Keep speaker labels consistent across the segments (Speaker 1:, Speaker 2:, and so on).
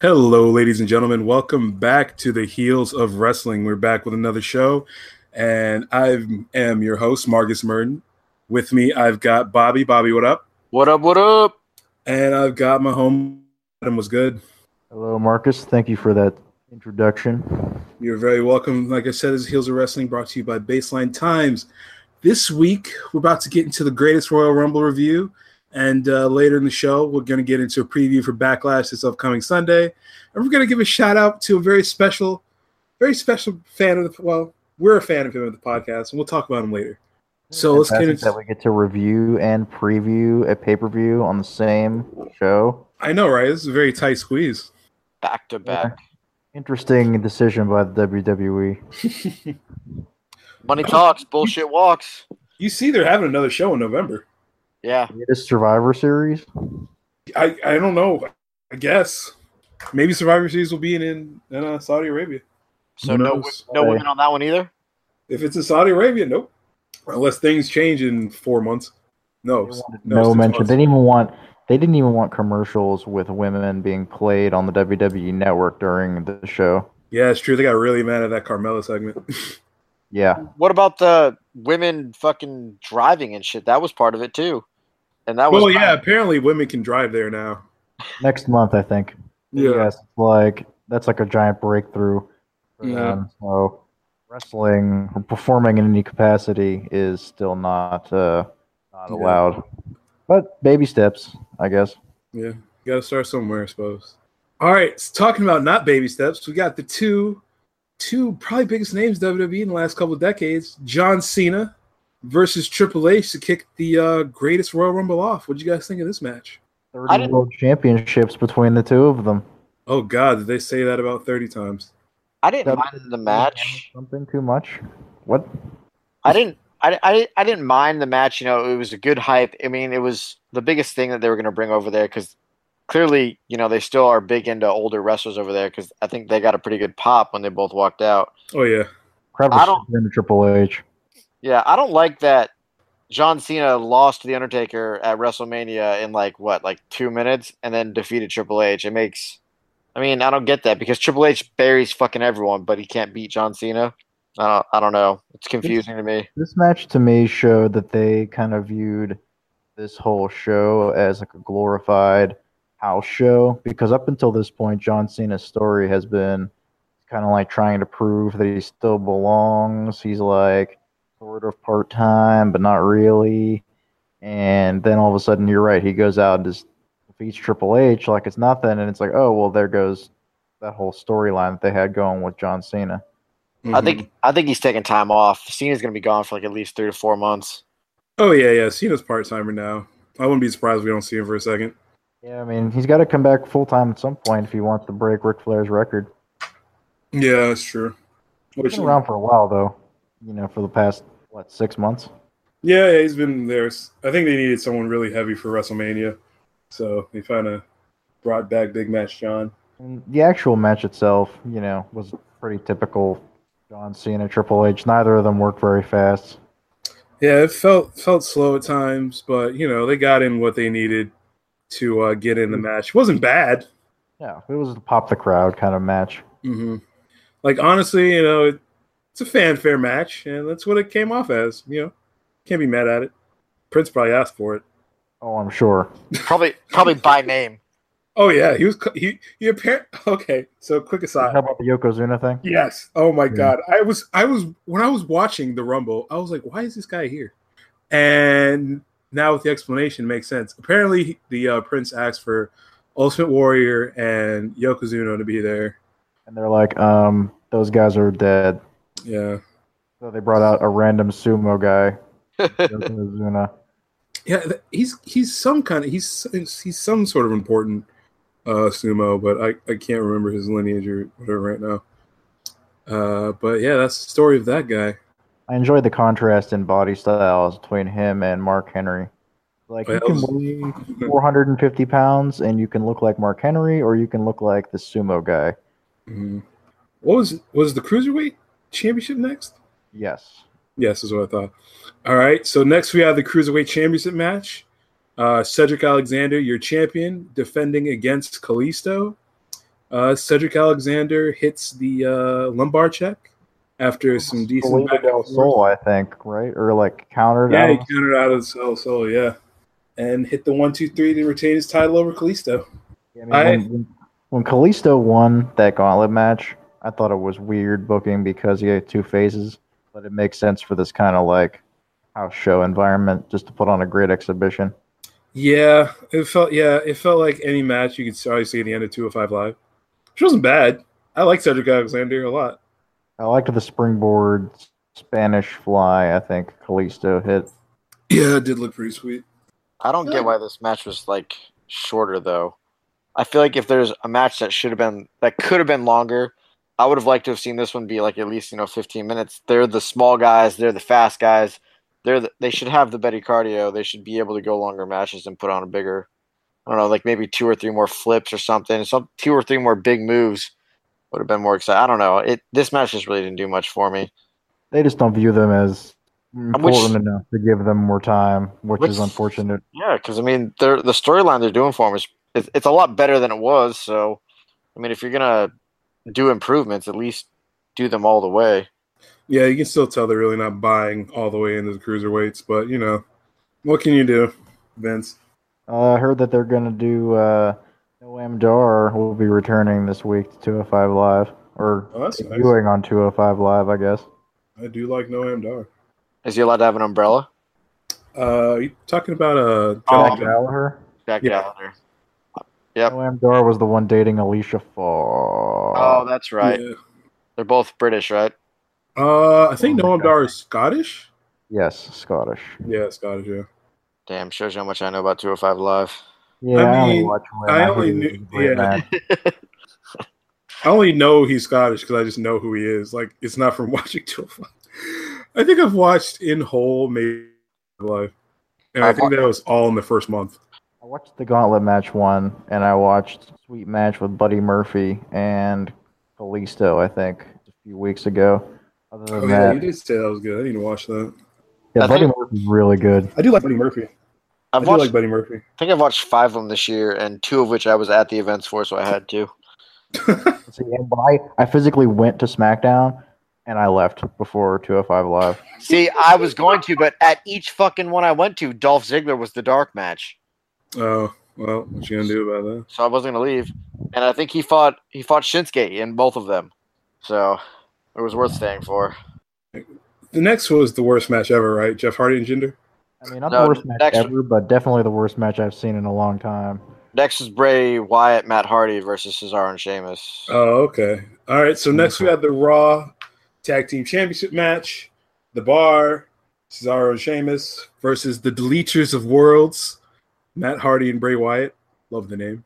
Speaker 1: Hello, ladies and gentlemen. Welcome back to the Heels of Wrestling. We're back with another show, and I am your host, Marcus Merton. With me, I've got Bobby. Bobby, what up?
Speaker 2: What up? What up?
Speaker 1: And I've got my home. Adam was good.
Speaker 3: Hello, Marcus. Thank you for that introduction.
Speaker 1: You're very welcome. Like I said, this is Heels of Wrestling brought to you by Baseline Times. This week, we're about to get into the greatest Royal Rumble review. And uh, later in the show, we're going to get into a preview for Backlash this upcoming Sunday. And we're going to give a shout out to a very special, very special fan of the, well, we're a fan of him of the podcast, and we'll talk about him later. So let's get
Speaker 3: Fantastic
Speaker 1: into,
Speaker 3: that we get to review and preview a pay per view on the same show.
Speaker 1: I know, right? This is a very tight squeeze.
Speaker 2: Back to back.
Speaker 3: Interesting decision by the E. WWE.
Speaker 2: Money talks, bullshit walks.
Speaker 1: You see, they're having another show in November.
Speaker 2: Yeah.
Speaker 3: This Survivor Series.
Speaker 1: I, I don't know. I guess maybe Survivor Series will be in in, in uh, Saudi Arabia.
Speaker 2: So
Speaker 1: Who
Speaker 2: no,
Speaker 1: knows?
Speaker 2: wi- no women on that one either.
Speaker 1: If it's in Saudi Arabia, nope. Unless things change in four months. No,
Speaker 3: They
Speaker 1: s-
Speaker 3: wanted
Speaker 1: no,
Speaker 3: No,
Speaker 1: six
Speaker 3: mention.
Speaker 1: months.
Speaker 3: They didn't even want. They didn't even want commercials with women being played on the WWE network during the show.
Speaker 1: Yeah, it's true. They got really mad at that Carmella segment.
Speaker 3: Yeah,
Speaker 2: What about the women fucking driving and shit? That was part of it too. And that was
Speaker 1: well, yeah. Apparently, women can drive there now.
Speaker 3: next month I think. Yes, it's like that's like a giant breakthrough. for
Speaker 1: Yeah.
Speaker 3: them. So wrestling or performing in any capacity is still not uh, not
Speaker 1: Yeah.
Speaker 3: allowed. But baby steps, I guess.
Speaker 1: Yeah, got to start somewhere, I suppose. All right, s- talking about not baby steps, we got the two, two probably biggest names WWE in the last couple of decades: John Cena versus Triple H to kick the uh, greatest Royal Rumble off. What do you guys think of this match?
Speaker 2: I
Speaker 3: Thirty
Speaker 2: didn't-
Speaker 3: world championships between the two of them.
Speaker 1: Oh God, did they say that about thirty times?
Speaker 2: I didn't
Speaker 3: that-
Speaker 2: mind the match.
Speaker 3: Something too much. What?
Speaker 2: I didn't. I, I, I didn't mind the match. You know, it was a good hype. I mean, it was the biggest thing that they were going to bring over there because clearly, you know, they still are big into older wrestlers over there because I think they got a pretty good pop when they both walked out.
Speaker 1: Oh yeah,
Speaker 3: Crap
Speaker 2: I
Speaker 3: was
Speaker 2: don't-
Speaker 3: into Triple H.
Speaker 2: Yeah, I don't like that John Cena lost to The Undertaker at WrestleMania in like what, like two minutes and then defeated Triple H. It makes I mean, I don't get that because Triple H buries fucking everyone, but he can't beat John Cena. I don't I don't know. It's confusing to me.
Speaker 3: This match to me showed that they kind of viewed this whole show as like a glorified house show because up until this point, John Cena's story has been kind of like trying to prove that he still belongs. He's like sort of part time, but not really. And then all of a sudden, you're right, he goes out and just defeats Triple H like it's nothing. And it's like, oh, well, there goes that whole storyline that they had going with John Cena.
Speaker 2: I think I think he's taking time off. Cena's gonna be gone for like at least three to four months.
Speaker 1: Oh yeah, yeah. Cena's part timer now. I wouldn't be surprised if we don't see him for a second.
Speaker 3: Yeah, I mean, he's got to come back full time at some point if he wants to break Ric Flair's record.
Speaker 1: Yeah, that's true.
Speaker 3: He's
Speaker 1: Which-
Speaker 3: been around for a while, though. You know, for the past what six months.
Speaker 1: Yeah, yeah, he's been there. S- I think they needed someone really heavy for WrestleMania, so they kind of brought back Big Match John.
Speaker 3: And the actual match itself, you know, was pretty typical. John Cena, Triple H. Neither of them worked very fast.
Speaker 1: Yeah, it felt felt slow at times, but you know they got in what they needed to uh, get in the match. It wasn't bad.
Speaker 3: Yeah, it was a pop the crowd kind of match.
Speaker 1: hmm Like honestly, you know, it, it's a fanfare match, and that's what it came off as. You know, can't be mad at it. Prince probably asked for it.
Speaker 3: Oh, I'm sure.
Speaker 2: Probably probably by name.
Speaker 1: Oh yeah, he was cu- he he apparent. Okay, so quick aside.
Speaker 3: How about the Yokozuna thing?
Speaker 1: Yes. Oh my
Speaker 3: Yeah.
Speaker 1: god. I was I was when I was watching the Rumble, I was like, why is this guy here? And now with the explanation it makes sense. Apparently the uh, prince asked for Ultimate Warrior and Yokozuna to be there.
Speaker 3: And they're like, um, those guys are dead.
Speaker 1: Yeah.
Speaker 3: So they brought out a random sumo guy, Yokozuna.
Speaker 1: Yeah, th- he's he's some kind of he's he's some sort of important uh sumo, but I I can't remember his lineage or whatever right now. Uh but yeah, that's the story of that guy.
Speaker 3: I enjoyed the contrast in body styles between him and Mark Henry. Like you can weigh 450 pounds and you can look like Mark Henry, or you can look like the sumo guy.
Speaker 1: Mhm. What was was the Cruiserweight Championship next?
Speaker 3: Yes,
Speaker 1: Yes, is what I thought. All right. So next we have the cruiserweight championship match. Uh, Cedric Alexander, your champion, defending against Kalisto. Uh, Cedric Alexander hits the uh, lumbar check after some decent back
Speaker 3: Oh, Del
Speaker 1: and
Speaker 3: Sol,
Speaker 1: forth.
Speaker 3: I think, right? Or like countered.
Speaker 1: Yeah,
Speaker 3: I
Speaker 1: he
Speaker 3: don't know.
Speaker 1: countered out of Soul Soul, yeah. And hit the one, two, three to retain his title over Kalisto.
Speaker 3: I mean, when, when- when Kalisto won that gauntlet match, I thought it was weird booking because he had two phases, but it makes sense for this kind of like house show environment just to put on a great exhibition.
Speaker 1: Yeah, it felt yeah, it felt like any match you could already see at the end of 205 Live. Which wasn't bad. I like Cedric Alexander a lot.
Speaker 3: I liked the springboard Spanish fly. I think Kalisto hit.
Speaker 1: Yeah, it did look pretty sweet.
Speaker 2: I don't get why this match was like shorter though. I feel like if there's a match that should have been that could have been longer, I would have liked to have seen this one be like at least you know 15 minutes. They're the small guys, they're the fast guys. They're the, they should have the better cardio. They should be able to go longer matches and put on a bigger, I don't know, like maybe two or three more flips or something. Some two or three more big moves would have been more exciting. I don't know. It this match just really didn't do much for me.
Speaker 3: They just don't view them as
Speaker 2: which-
Speaker 3: important enough to give them more time, which,
Speaker 2: Which-
Speaker 3: is unfortunate.
Speaker 2: Yeah, because I mean, they're, the storyline they're doing for him is it's, it's a lot better than it was. So, I mean, if you're gonna do improvements, at least do them all the way.
Speaker 1: Yeah, you can still tell they're really not buying all the way into the cruiserweights, but you know, what can you do, Vince?
Speaker 3: Uh, I heard that they're going to do uh, Noam Dar will be returning this week to 205 Live or
Speaker 1: Oh, that's nice.
Speaker 3: viewing on 205 Live, I guess.
Speaker 1: I do like Noam Dar.
Speaker 2: Is he allowed to have an umbrella?
Speaker 1: Uh, you talking about uh,
Speaker 2: Oh.
Speaker 3: Jack
Speaker 1: Jack-
Speaker 3: Gallagher.
Speaker 2: Jack
Speaker 1: Yeah.
Speaker 2: Gallagher. Yep.
Speaker 3: Noam Dar was the one dating Alicia Fall.
Speaker 2: Oh, that's right.
Speaker 1: Yeah.
Speaker 2: They're both British, right?
Speaker 1: Uh, I think
Speaker 3: Oh my
Speaker 1: Noam Dar is Scottish.
Speaker 3: yes, Scottish.
Speaker 1: Yeah, Scottish. Yeah,
Speaker 2: Damn, shows you how much I know about 205 Live.
Speaker 3: Yeah,
Speaker 1: I
Speaker 3: I, only
Speaker 1: mean,
Speaker 3: watch him.
Speaker 1: I
Speaker 3: heard
Speaker 1: only
Speaker 3: he was
Speaker 1: knew-
Speaker 3: a great
Speaker 1: yeah.
Speaker 3: man.
Speaker 1: I only know he's Scottish because I just know who he is. Like, it's not from watching too much. I think I've watched in whole maybe life, and I
Speaker 2: I've
Speaker 1: think that was all in the first month.
Speaker 3: I watched the Gauntlet match one, and I watched Sweet Match with Buddy Murphy and Kalisto, I think, a few weeks ago. Other than
Speaker 1: Oh yeah,
Speaker 3: that,
Speaker 1: you did say that was good. I need to watch that.
Speaker 3: yeah,
Speaker 2: I
Speaker 3: Buddy
Speaker 2: think-
Speaker 3: Murphy's really good.
Speaker 1: I do like Buddy Murphy. i
Speaker 2: I've
Speaker 1: do
Speaker 2: watched,
Speaker 1: like Buddy Murphy.
Speaker 2: I think I've watched five of them this year, and two of which I was at the events for, so I had to.
Speaker 3: See, and when I, I physically went to SmackDown, and I left before 205 Live.
Speaker 2: See, I was going to, but at each fucking one I went to, Dolph Ziggler was the dark match.
Speaker 1: Oh well, what you gonna do about that?
Speaker 2: so I wasn't gonna leave. And I think he fought he fought Shinsuke in both of them, so it was worth staying for.
Speaker 1: The next was the worst match ever, right? Jeff Hardy and Jinder.
Speaker 3: I mean, not
Speaker 2: No,
Speaker 3: the worst match
Speaker 2: next-
Speaker 3: ever, but definitely the worst match I've seen in a long time.
Speaker 2: Next is Bray Wyatt, Matt Hardy versus Cesaro and Sheamus.
Speaker 1: Oh, okay. All right. So next we had the Raw Tag Team Championship match, The Bar, Cesaro and Sheamus versus the Deleters of Worlds, Matt Hardy and Bray Wyatt. Love the name.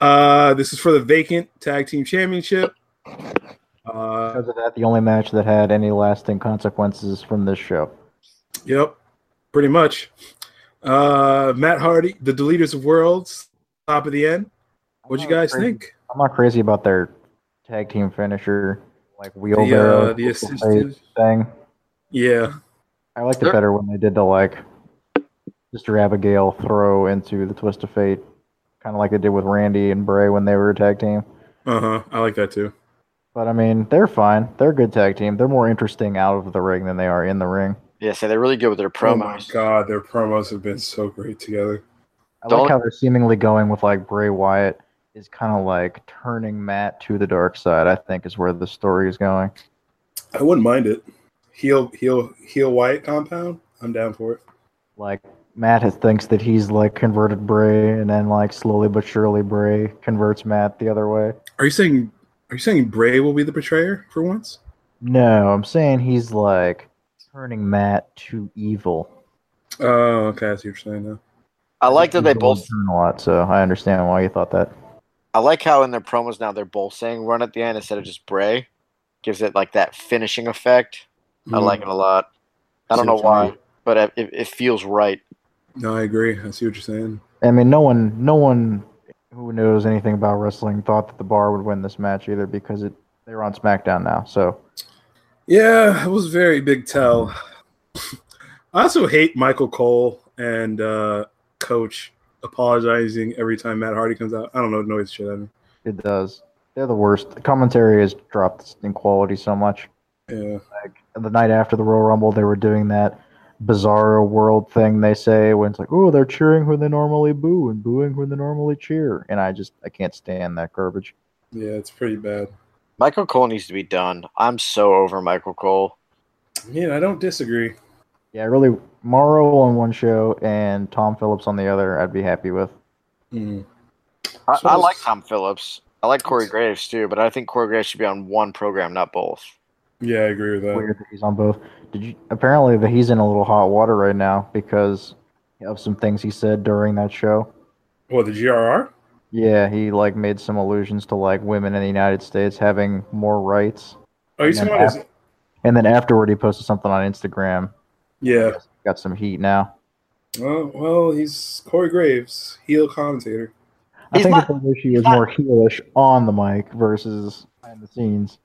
Speaker 1: Uh, this is for the vacant Tag Team Championship. Uh,
Speaker 3: Because of that, the only match that had any lasting consequences from this show.
Speaker 1: yep, pretty much. Uh, Matt Hardy, the Deleters of Worlds, top of the end. What'd you
Speaker 3: I'm not
Speaker 1: guys
Speaker 3: Oh, crazy-
Speaker 1: think?
Speaker 3: I'm not crazy about their tag team finisher, like
Speaker 1: The,
Speaker 3: wheelbarrow
Speaker 1: uh, the
Speaker 3: with the face
Speaker 1: assisted.
Speaker 3: thing.
Speaker 1: Yeah.
Speaker 3: I liked
Speaker 2: Sure.
Speaker 3: it better when they did the like Sister Abigail throw into the Twist of Fate, kind of like they did with Randy and Bray when they were a tag team.
Speaker 1: Uh huh. I like that too.
Speaker 3: But I mean, they're fine. They're a good tag team. They're more interesting out of the ring than they are in the ring.
Speaker 2: Yeah, so they're really good with their
Speaker 1: Oh my
Speaker 2: promos.
Speaker 1: god, their promos have been so great together.
Speaker 3: I
Speaker 2: Don't-
Speaker 3: like how they're seemingly going with like Bray Wyatt is kind of like turning Matt to the dark side. I think is where the story is going.
Speaker 1: I wouldn't mind it. Heel, heel, heel. White compound. I'm down for it.
Speaker 3: Like Matt has, thinks that he's like converted Bray, and then like slowly but surely Bray converts Matt the other way.
Speaker 1: Are you saying? Are you saying Bray will be the betrayer for once?
Speaker 3: No, I'm saying he's like turning Matt to evil.
Speaker 1: Oh, okay. I see what you're saying now.
Speaker 2: I like that they both.
Speaker 3: turn a lot, so I understand why you thought that.
Speaker 2: I like how in their promos now they're both saying "run" at the end instead of just Bray. Gives it like that finishing effect. I
Speaker 1: Mm-hmm.
Speaker 2: like it a lot. I don't
Speaker 1: See
Speaker 2: know
Speaker 1: what you
Speaker 2: why,
Speaker 1: mean.
Speaker 2: but it, it, it feels right.
Speaker 1: No, I agree. I see what you're saying.
Speaker 3: I mean, no one, no one who knows anything about wrestling thought that the Bar would win this match either because it they're on SmackDown now. So
Speaker 1: Yeah, it was very big tell. I also hate Michael Cole and uh, Coach apologizing every time Matt Hardy comes out. I don't know, noise shit. I mean,
Speaker 3: it does. They're the worst. The commentary has dropped in quality so much.
Speaker 1: Yeah.
Speaker 3: Like the night after the Royal Rumble, they were doing that bizarro world thing they say when it's like, oh, they're cheering when they normally boo and booing when they normally cheer. And I just I can't stand that garbage.
Speaker 1: Yeah, it's pretty bad.
Speaker 2: Michael Cole needs to be done. I'm so over Michael Cole.
Speaker 1: Yeah, I don't disagree.
Speaker 3: Yeah, really Morrow on one show and Tom Phillips on the other, I'd be happy with.
Speaker 1: Mm.
Speaker 2: I,
Speaker 1: So-
Speaker 2: I like Tom Phillips. I like Corey Graves too, but I think Corey Graves should be on one program, not both.
Speaker 1: Yeah, I agree with that.
Speaker 3: Weird that he's on both. Did you apparently that he's in a little hot water right now because of some things he said during that show.
Speaker 1: Well, the GRR?
Speaker 3: Yeah, he like made some allusions to like women in the United States having more rights.
Speaker 1: Are you
Speaker 3: Yeah,
Speaker 1: talking about his-
Speaker 3: And then afterward he posted something on Instagram.
Speaker 1: Yeah.
Speaker 3: Got some heat now.
Speaker 1: Well, well, he's Corey Graves, heel commentator.
Speaker 3: I
Speaker 2: He's
Speaker 3: think
Speaker 2: not-
Speaker 3: the whole issue is
Speaker 2: not-
Speaker 3: more heelish on the mic versus behind the scenes.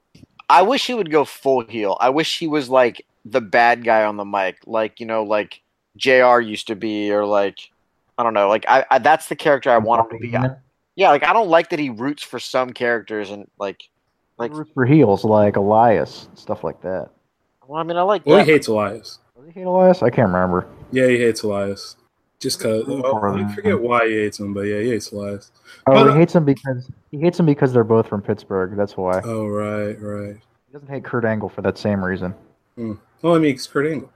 Speaker 2: I wish he would go full heel. I wish he was like the bad guy on the mic, like you know, like Jr. used to be, or like I don't know, like I, I that's the character I want him to be. Yeah, like I don't like that he roots for some characters and like, like
Speaker 3: Root for heels like Elias, stuff like that.
Speaker 2: well, I mean, I like
Speaker 1: Well,
Speaker 2: that.
Speaker 1: he hates Elias.
Speaker 3: Does he hate Elias? I can't remember.
Speaker 1: Yeah, he hates Elias. Just because.
Speaker 3: Or-
Speaker 1: I forget why he hates him, but yeah, he hates Elias.
Speaker 3: Oh,
Speaker 1: But, uh,
Speaker 3: he hates him because he hates him because they're both from Pittsburgh. That's why
Speaker 1: Oh, right, right.
Speaker 3: he doesn't hate Kurt Angle for that same reason.
Speaker 1: Well, I mean, it's Kurt Angle.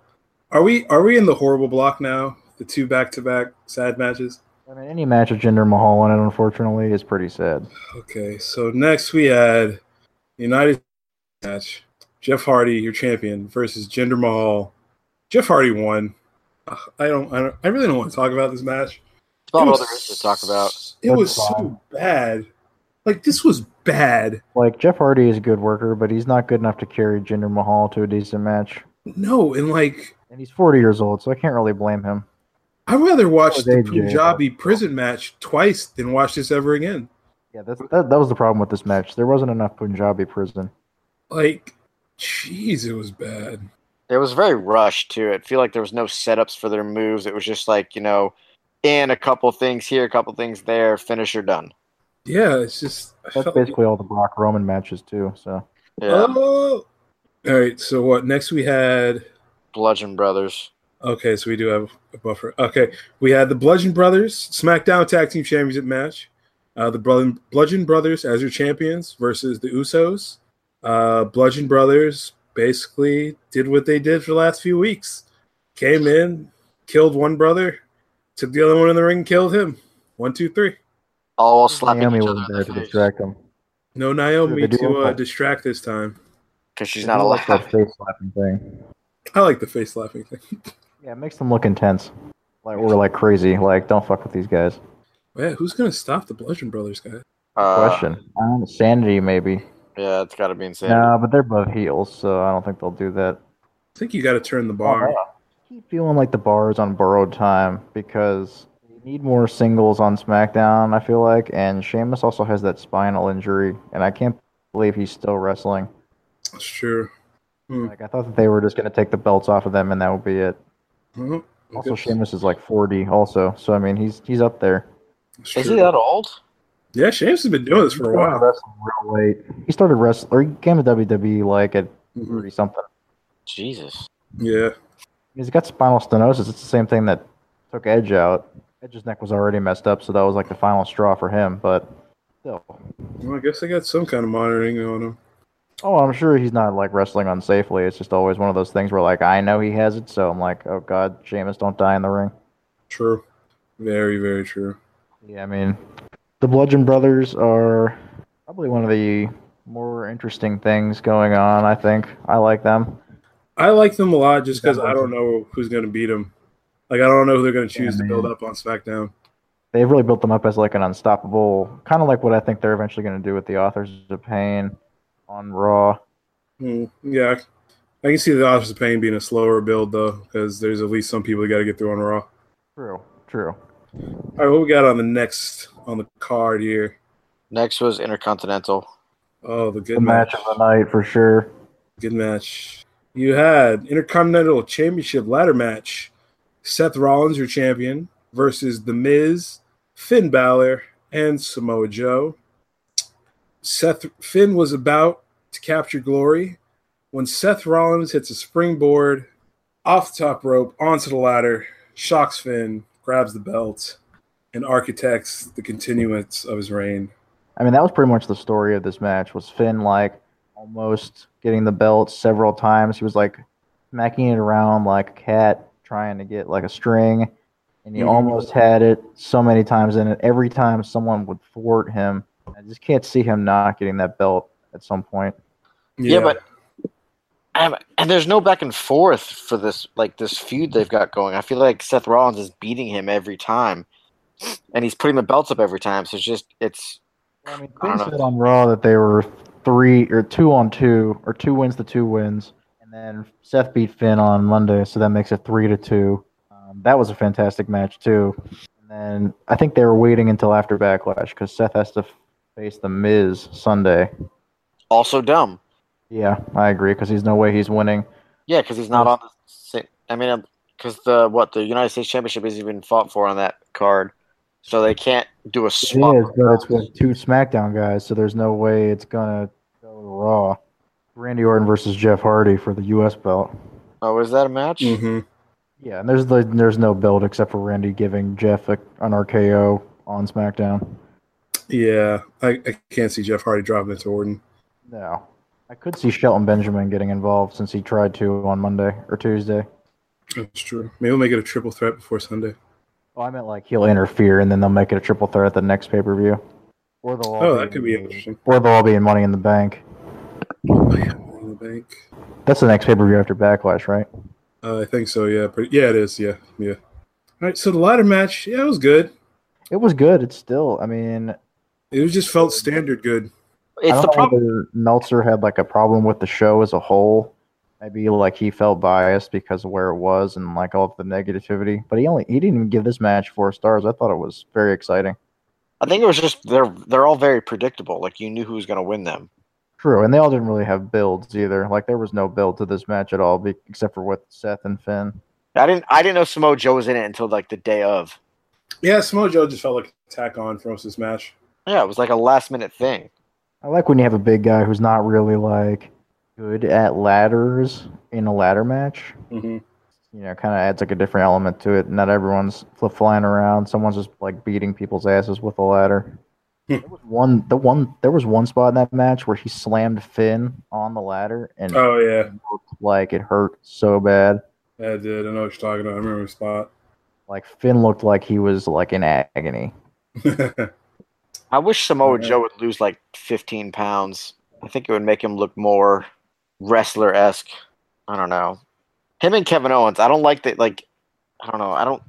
Speaker 1: Are we are we in the horrible block now? The two back to back sad matches.
Speaker 3: I mean, any match of Jinder Mahal in it, unfortunately, is pretty sad.
Speaker 1: Okay, so next we had United match. Jeff Hardy, your champion, versus Jinder Mahal. Jeff Hardy won. Ugh, I don't. I, don't, I really don't want to talk about this match.
Speaker 2: That's all
Speaker 1: It was-
Speaker 2: there is to talk about.
Speaker 1: It
Speaker 3: That's
Speaker 1: was
Speaker 3: fine.
Speaker 1: so bad. Like this was bad.
Speaker 3: Like Jeff Hardy is a good worker, but he's not good enough to carry Jinder Mahal to a decent match.
Speaker 1: No, and like
Speaker 3: And he's 40 years old, so I can't really blame him.
Speaker 1: I'd rather watch
Speaker 3: was
Speaker 1: the
Speaker 3: AJ.
Speaker 1: Punjabi prison match twice than watch this ever again.
Speaker 3: Yeah, that's, that that was the problem with this match. There wasn't enough Punjabi prison.
Speaker 1: Like, jeez, it was bad.
Speaker 2: It was very rushed too. It feel like there was no setups for their moves. It was just like you know, in a couple things here, a couple things there, finisher done.
Speaker 1: Yeah, it's just. I
Speaker 3: That's
Speaker 1: felt like-
Speaker 3: basically all the Brock Roman matches too. So
Speaker 2: Yeah,
Speaker 1: Oh! All right, so what? Next we had.
Speaker 2: Bludgeon Brothers.
Speaker 1: Okay, so we do have a buffer. Okay, we had the Bludgeon Brothers SmackDown Tag Team Championship match. Uh, the Bludgeon Bludgeon Brothers as your champions versus the Usos. Uh, Bludgeon Brothers basically did what they did for the last few weeks. Came in, killed one brother, took the other one in the ring, and killed him. One, two, three.
Speaker 2: All while slapping
Speaker 3: Naomi
Speaker 2: each
Speaker 3: was
Speaker 2: other
Speaker 3: there
Speaker 2: in
Speaker 3: to
Speaker 2: the face
Speaker 3: distract him.
Speaker 1: No Naomi
Speaker 3: They do
Speaker 1: to uh,
Speaker 3: okay.
Speaker 1: distract this time.
Speaker 2: because she's
Speaker 3: They
Speaker 2: not
Speaker 3: do like
Speaker 2: allowed.
Speaker 3: that face slapping thing.
Speaker 1: I like the face laughing thing.
Speaker 3: Yeah, it makes them look intense, like or like crazy. Like don't fuck with these guys.
Speaker 1: Yeah, who's gonna stop the Bludgeon Brothers guy?
Speaker 2: Uh,
Speaker 3: Question. Um, sanity maybe.
Speaker 2: Yeah, it's got to be insane.
Speaker 3: No, but they're both heels, so I don't think they'll do that.
Speaker 1: I think you got to turn
Speaker 3: Oh,
Speaker 1: the bar.
Speaker 3: keep feeling like the bar is on borrowed time because they need more singles on SmackDown. I feel like, and Sheamus also has that spinal injury, and I can't believe he's still wrestling.
Speaker 1: That's true.
Speaker 3: Like I thought that they were just gonna take the belts off of them and that would be it.
Speaker 1: Well,
Speaker 3: Also,
Speaker 1: good.
Speaker 3: Sheamus is like 40, also. So I mean, he's he's up there.
Speaker 1: That's
Speaker 2: Is
Speaker 1: true.
Speaker 2: he that old?
Speaker 1: Yeah, Shames has been doing this for a
Speaker 3: He started
Speaker 1: while.
Speaker 3: wrestling real late. He started wrestling. Or he came to WWE like at
Speaker 1: Mhm.
Speaker 3: 30 something.
Speaker 2: Jesus.
Speaker 1: Yeah,
Speaker 3: He's got spinal stenosis. It's the same thing that took Edge out. Edge's neck was already messed up, so that was like the final straw for him. But still,
Speaker 1: well, I guess they got some kind of monitoring on him.
Speaker 3: oh, I'm sure he's not like wrestling unsafely. It's just always one of those things where like I know he has it, so I'm like, oh god, Sheamus, don't die in the ring.
Speaker 1: True, very, very true.
Speaker 3: Yeah, I mean, the Bludgeon Brothers are probably one of the more interesting things going on. I think I like them.
Speaker 1: I like them a lot just because I don't know who's going to beat them. Like I don't know who they're going to choose
Speaker 3: Yeah,
Speaker 1: to build
Speaker 3: man.
Speaker 1: up on SmackDown.
Speaker 3: They've really built them up as like an unstoppable, kind of like what I think they're eventually going to do with the Authors of Pain on Raw.
Speaker 1: Hmm, Yeah, I- I can see the Office of Pain being a slower build though, because there's at least some people you got to get through on Raw.
Speaker 3: True, true.
Speaker 1: All right, what we got on the next on the card here?
Speaker 2: Next was Intercontinental.
Speaker 1: Oh, the good
Speaker 3: the match of the night for sure.
Speaker 1: Good match. You had Intercontinental Championship ladder match. Seth Rollins, your champion, versus The Miz, Finn Balor, and Samoa Joe. Seth Finn was about to capture glory when Seth Rollins hits a springboard off the top rope onto the ladder, shocks Finn, grabs the belt, and architects the continuance of his reign.
Speaker 3: I mean, that was pretty much the story of this match. Was Finn like almost getting the belt several times? He was like smacking it around like a cat trying to get like a string, and he
Speaker 1: Mhm.
Speaker 3: almost had it so many times. And every time someone would thwart him, I just can't see him not getting that belt at some point.
Speaker 2: Yeah, but um, and there's no back and forth for this like this feud they've got going. I feel like Seth Rollins is beating him every time, and he's putting the belts up every time. So it's just it's
Speaker 3: I mean,
Speaker 2: I don't
Speaker 3: they
Speaker 2: know.
Speaker 3: said on Raw that they were three or two on two, or two wins to two wins, and then Seth beat Finn on Monday, so that makes it three to two. Um, that was a fantastic match too. And then I think they were waiting until after Backlash because Seth has to face the Miz Sunday.
Speaker 2: also dumb.
Speaker 3: Yeah, I agree because he's no way he's winning.
Speaker 2: Yeah, because he's not on the. Same, I mean, because the what the United States Championship isn't even fought for on that card, so they can't do a
Speaker 3: It
Speaker 2: swap.
Speaker 3: is, but it's with two SmackDown guys, so there's no way it's gonna go to Raw. Randy Orton versus Jeff Hardy for the U.S. belt.
Speaker 2: Oh, is that a match?
Speaker 1: hmm
Speaker 3: Mm-hmm. Yeah, and there's the, there's no build except for Randy giving Jeff a, an RKO on SmackDown.
Speaker 1: yeah, I, I can't see Jeff Hardy dropping it to Orton.
Speaker 3: No, I could see Shelton Benjamin getting involved since he tried to on Monday or Tuesday.
Speaker 1: That's true. Maybe we'll make it a triple threat before Sunday.
Speaker 3: Oh, I meant like he'll interfere and then they'll make it a triple threat at the next pay per view. Or they'll all
Speaker 1: Oh,
Speaker 3: be
Speaker 1: that could be
Speaker 3: in-
Speaker 1: interesting.
Speaker 3: Or they'll all be in Money in the Bank.
Speaker 1: Oh, yeah, Money in the bank.
Speaker 3: That's the next pay per view after Backlash, right?
Speaker 1: Uh, I think so. Yeah. Pretty, yeah, it is. Yeah. Yeah. All right. So the ladder match, yeah, it was good.
Speaker 3: It was good. It's still. I mean,
Speaker 1: It was just felt standard good.
Speaker 3: I
Speaker 2: It's
Speaker 3: don't
Speaker 2: the
Speaker 3: know
Speaker 2: problem.
Speaker 3: whether Meltzer had like a problem with the show as a whole. Maybe like he felt biased because of where it was and like all of the negativity. But he only he didn't even give this match four stars. I thought it was very exciting.
Speaker 2: I think it was just they're they're all very predictable. Like you knew who was going to win them.
Speaker 3: True, and they all didn't really have builds either. Like there was no build to this match at all, be- except for with Seth and Finn.
Speaker 2: I didn't I didn't know Samoa Joe was in it until like the day of.
Speaker 1: Yeah, Smojo just felt like a tack on for us this match.
Speaker 2: Yeah, it was like a last minute thing.
Speaker 3: I like when you have a big guy who's not really like good at ladders in a ladder match.
Speaker 1: Mm-hmm.
Speaker 3: you know, kind of adds like a different element to it. Not everyone's flip flying around. Someone's just like beating people's asses with a ladder.
Speaker 1: Hmm.
Speaker 3: there was one, the one, there was one spot in that match where he slammed Finn on the ladder, and
Speaker 1: Oh yeah,
Speaker 3: like it hurt so bad.
Speaker 1: yeah, it did. I know what you're talking about. I remember the spot.
Speaker 3: Like Finn looked like he was like in agony.
Speaker 2: I wish Samoa
Speaker 1: Yeah.
Speaker 2: Joe would lose like 15 pounds. I think it would make him look more wrestler esque. I don't know. Him and Kevin Owens. I don't like that. Like, I don't know. I don't.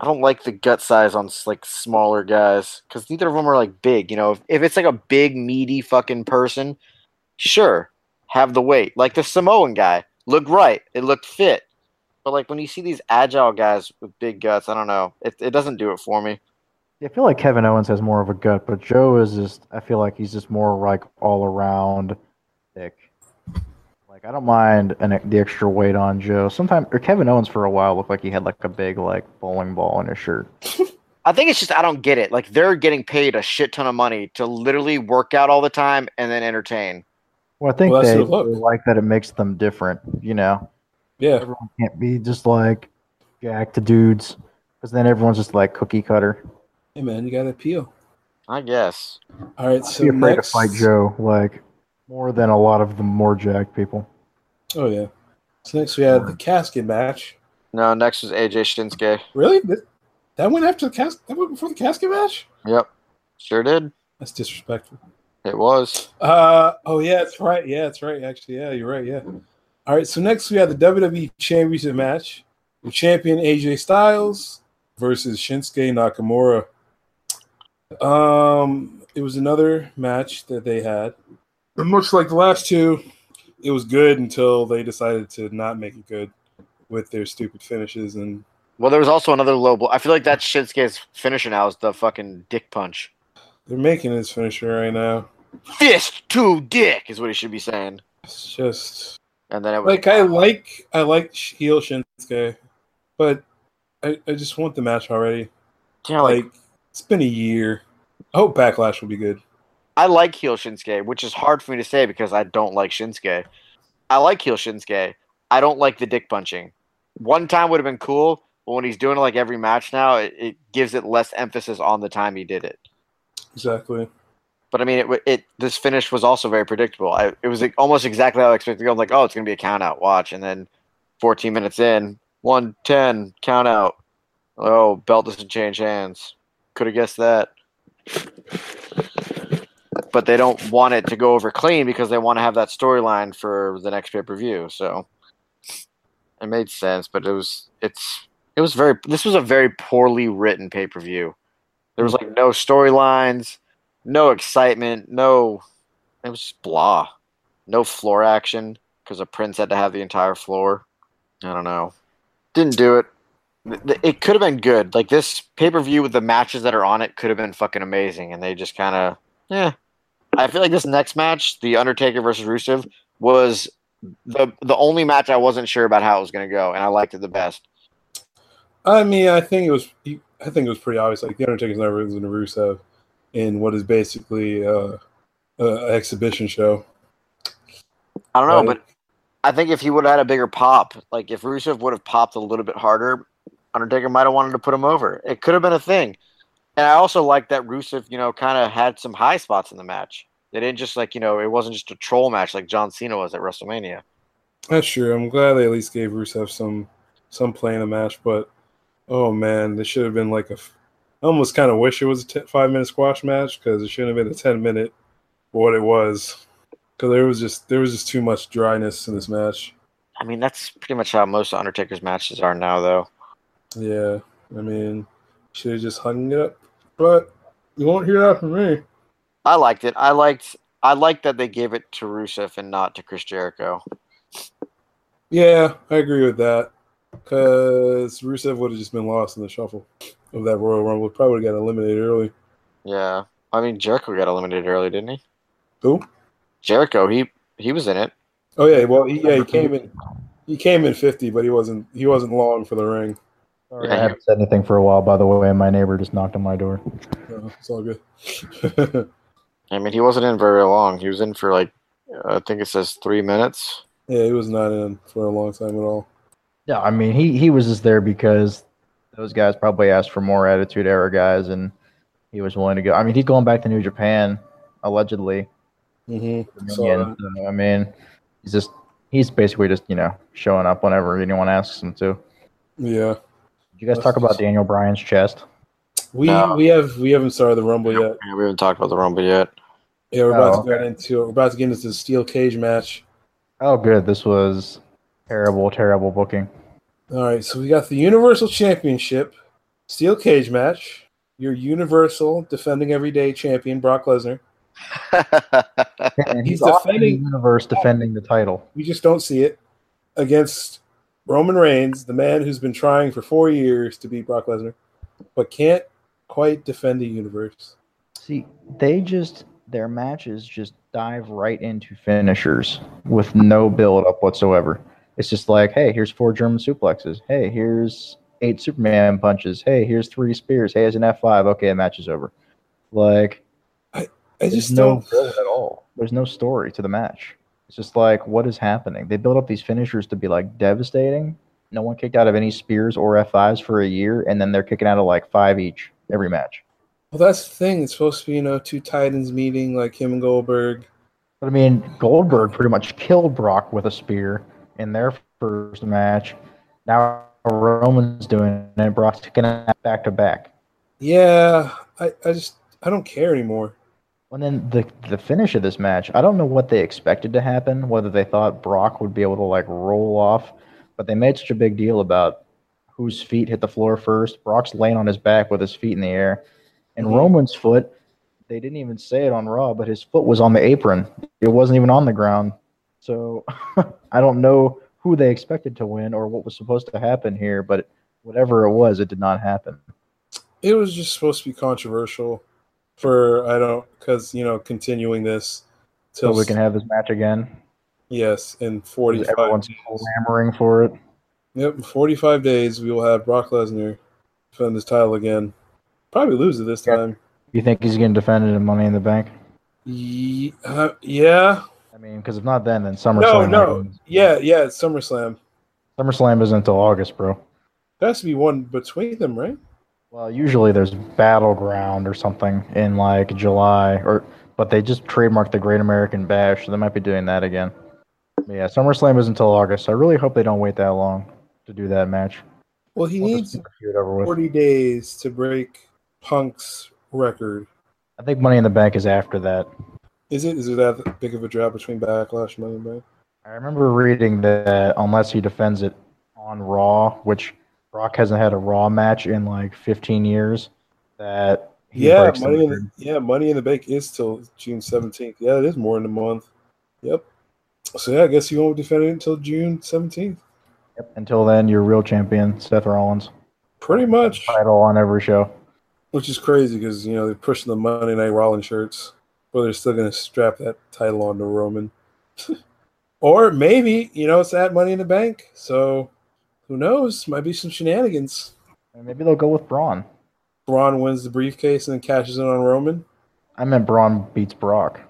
Speaker 2: I don't like the gut size on s- like smaller guys because neither of them are like big. You know, if, if it's like a big meaty fucking person, sure, have the weight. Like the Samoan guy looked right. It looked fit. But like when you see these agile guys with big guts, I don't know. It it doesn't do it for me.
Speaker 3: I feel like Kevin Owens has more of a gut, but Joe is just. I feel like he's just more like all around thick. Like I don't mind an, e, the extra weight on Joe. Sometimes or Kevin Owens for a while looked like he had like a big like bowling ball in his shirt.
Speaker 2: I think it's just I don't get it. Like they're getting paid a shit ton of money to literally work out all the time and then entertain.
Speaker 3: Well, I think
Speaker 1: Well, that's
Speaker 3: they,
Speaker 1: their look.
Speaker 3: they like that it makes them different. You know,
Speaker 1: yeah,
Speaker 3: everyone can't be just like jack to dudes, because then everyone's just like cookie cutter.
Speaker 1: hey man, you got to appeal.
Speaker 2: I guess.
Speaker 1: All right,
Speaker 3: I'd
Speaker 1: so
Speaker 3: be afraid
Speaker 1: next,
Speaker 3: to fight Joe like more than a lot of the more jacked people.
Speaker 1: oh yeah. So next we had the casket match.
Speaker 2: No, next was AJ Shinsuke.
Speaker 1: Really, Th- that went after the casket. That went before the casket match.
Speaker 2: Yep. Sure did.
Speaker 1: That's disrespectful.
Speaker 2: It was.
Speaker 1: Uh oh yeah, that's right. Yeah, that's right. Actually, yeah, you're right. Yeah. All right. So next we have the WWE Championship match. The champion AJ Styles versus Shinsuke Nakamura. Um, it was another match that they had. And much like the last two, it was good until they decided to not make it good with their stupid finishes and
Speaker 2: Well, there was also another low blow. I feel like that's Shinsuke's finisher now is the fucking dick punch.
Speaker 1: they're making his finisher right now.
Speaker 2: Fist to dick is what he should be saying.
Speaker 1: It's just
Speaker 2: And then it was
Speaker 1: like I like I like heel Shinsuke, but I, I just want the match already.
Speaker 2: you know, like,
Speaker 1: Like it's been a year. I hope Backlash will be good.
Speaker 2: I like heel Shinsuke, which is hard for me to say because I don't like Shinsuke. I like heel Shinsuke. I don't like the dick punching. One time would have been cool, but when he's doing it like every match now, it, it gives it less emphasis on the time he did it.
Speaker 1: Exactly.
Speaker 2: But I mean, it it this finish was also very predictable. I, it was like, almost exactly how I expected to go. I'm like, oh, it's gonna be a count out. Watch, and then 14 minutes in, 110 count out. Oh, belt doesn't change hands. Could have guessed that. But they don't want it to go over clean because they want to have that storyline for the next pay per view. So it made sense, but it was it's it was very this was a very poorly written pay per view. There was like no storylines, no excitement, no it was just blah. No floor action because a prince had to have the entire floor. I don't know. Didn't do it. Th- th- It could have been good. Like this pay per view with the matches that are on it could have been fucking amazing, and they just kind of yeah. I feel like this next match, the Undertaker versus Rusev, was the the only match I wasn't sure about how it was going to go, and I liked it the best.
Speaker 1: I mean, I think it was. I think it was pretty obvious. Like the Undertaker's never losing to Rusev in what is basically uh, an exhibition show.
Speaker 2: I don't know,
Speaker 1: Right.
Speaker 2: but I think if he would have had a bigger pop, like if Rusev would have popped a little bit harder, Undertaker might have wanted to put him over. It could have been a thing. And I also like that Rusev, you know, kind of had some high spots in the match. They didn't just like, you know, it wasn't just a troll match like John Cena was at WrestleMania.
Speaker 1: That's true. I'm glad they at least gave Rusev some some play in the match, but oh man, this should have been like a. f- I almost kind of wish it was a t- five minute squash match because it shouldn't have been a ten minute. for What it was, because there was just there was just too much dryness in this match.
Speaker 2: I mean, that's pretty much how most Undertaker's matches are now, though.
Speaker 1: Yeah, I mean, should have just hung it up, but you won't hear that from me.
Speaker 2: I liked it. I liked I liked that they gave it to Rusev and not to Chris Jericho.
Speaker 1: Yeah, I agree with that. Because Rusev would have just been lost in the shuffle of that Royal Rumble. Probably would have got eliminated early.
Speaker 2: Yeah. I mean, Jericho got eliminated early, didn't he?
Speaker 1: Who?
Speaker 2: Jericho, he he was in it.
Speaker 1: Oh yeah, well he, yeah he came in he came in fifty, but he wasn't he wasn't long for the ring.
Speaker 3: Sorry,
Speaker 2: Yeah,
Speaker 3: I haven't said anything for a while, by the way. My neighbor just knocked on my door.
Speaker 1: No, it's all good.
Speaker 2: I mean, he wasn't in very long. He was in for like, uh, I think it says three minutes.
Speaker 1: yeah, he was not in for a long time at all.
Speaker 3: Yeah, I mean, he, he was just there because those guys probably asked for more Attitude Era guys, and he was willing to go. I mean, he's going back to New Japan, allegedly.
Speaker 1: Mm-hmm.
Speaker 3: Dominion, so, I mean, he's just he's basically just you know showing up whenever anyone asks him to.
Speaker 1: yeah,
Speaker 3: Did you guys talk about Daniel Bryan's chest?
Speaker 1: we
Speaker 2: No.
Speaker 1: we have we haven't started the Rumble yet.
Speaker 2: Yeah, we haven't talked about the Rumble yet.
Speaker 1: Yeah, we're about
Speaker 3: Oh,
Speaker 1: to get into we're about to get into the steel cage match.
Speaker 3: Oh, good. This was terrible, terrible booking.
Speaker 1: All right, so we got the Universal Championship steel cage match. Your Universal defending everyday champion Brock Lesnar.
Speaker 3: And
Speaker 1: He's
Speaker 3: he's off in the
Speaker 1: defending-
Speaker 3: universe defending the title.
Speaker 1: We just don't see it against Roman Reigns, the man who's been trying for four years to beat Brock Lesnar, but can't quite defend the universe.
Speaker 3: See, they just their matches just dive right into finishers with no build up whatsoever. It's just like, hey, here's four German suplexes. Hey, here's eight Superman punches. Hey, here's three spears. Hey, it's an F five. Okay, the match is over. Like
Speaker 1: I
Speaker 3: there's
Speaker 1: just
Speaker 3: no
Speaker 1: don't.
Speaker 3: build at all. There's no story to the match. It's just like, what is happening? They build up these finishers to be like devastating. No one kicked out of any spears or F fives for a year, and then they're kicking out of like five each every match.
Speaker 1: Well, that's the thing. It's supposed to be, you know, two titans meeting, like him and Goldberg.
Speaker 3: But I mean, Goldberg pretty much killed Brock with a spear in their first match. Now Roman's doing it, and Brock's kicking out back to back.
Speaker 1: Yeah, I, I just I don't care anymore.
Speaker 3: And then the the finish of this match, I don't know what they expected to happen, whether they thought Brock would be able to like roll off, but they made such a big deal about whose feet hit the floor first. Brock's laying on his back with his feet in the air, and
Speaker 1: Mhm.
Speaker 3: Roman's foot, they didn't even say it on Raw, but his foot was on the apron. It wasn't even on the ground. So I don't know who they expected to win or what was supposed to happen here, but whatever it was, it did not happen.
Speaker 1: It was just supposed to be controversial for I don't because you know continuing this
Speaker 3: So
Speaker 1: till
Speaker 3: we can have this match again.
Speaker 1: yes in forty five
Speaker 3: Everyone's clamoring for it.
Speaker 1: Yep, in 45 days we will have Brock Lesnar defend his title again. Probably lose it this
Speaker 3: Yeah.
Speaker 1: time.
Speaker 3: You think he's getting defended in Money in the Bank?
Speaker 1: Ye- uh, yeah.
Speaker 3: I mean, because if not then, then SummerSlam.
Speaker 1: No, no.
Speaker 3: happens.
Speaker 1: Yeah, yeah. It's SummerSlam.
Speaker 3: SummerSlam isn't until August, bro.
Speaker 1: There has to be one between them, right?
Speaker 3: Well, usually there's Battleground or something in like July, or but they just trademarked the Great American Bash, so they might be doing that again. But yeah, SummerSlam is until August, so I really hope they don't wait that long to do that match.
Speaker 1: Well, he
Speaker 3: Want
Speaker 1: needs
Speaker 3: this feud over with.
Speaker 1: 40 days to break Punk's record.
Speaker 3: I think Money in the Bank is after that.
Speaker 1: Is it? Is it that big of a drop between Backlash and Money in the Bank?
Speaker 3: I remember reading that unless he defends it on Raw, which Brock hasn't had a Raw match in like 15 years, that he
Speaker 1: Yeah,
Speaker 3: breaks the
Speaker 1: money in
Speaker 3: record.
Speaker 1: the, yeah, Money in the Bank is till June 17th. Yeah, it is more than a month. Yep. So, yeah, I guess you won't defend it until June 17th.
Speaker 3: Yep, Until then, you're real champion, Seth Rollins.
Speaker 1: Pretty much.
Speaker 3: Title on every show.
Speaker 1: Which is crazy because, you know, they're pushing the Monday Night Rollins shirts, but they're still going to strap that title onto Roman. or maybe, you know, it's at Money in the Bank. So, who knows? Might be some shenanigans.
Speaker 3: And maybe they'll go with Braun.
Speaker 1: Braun wins the briefcase and then cashes in on Roman.
Speaker 3: I meant Braun beats Brock.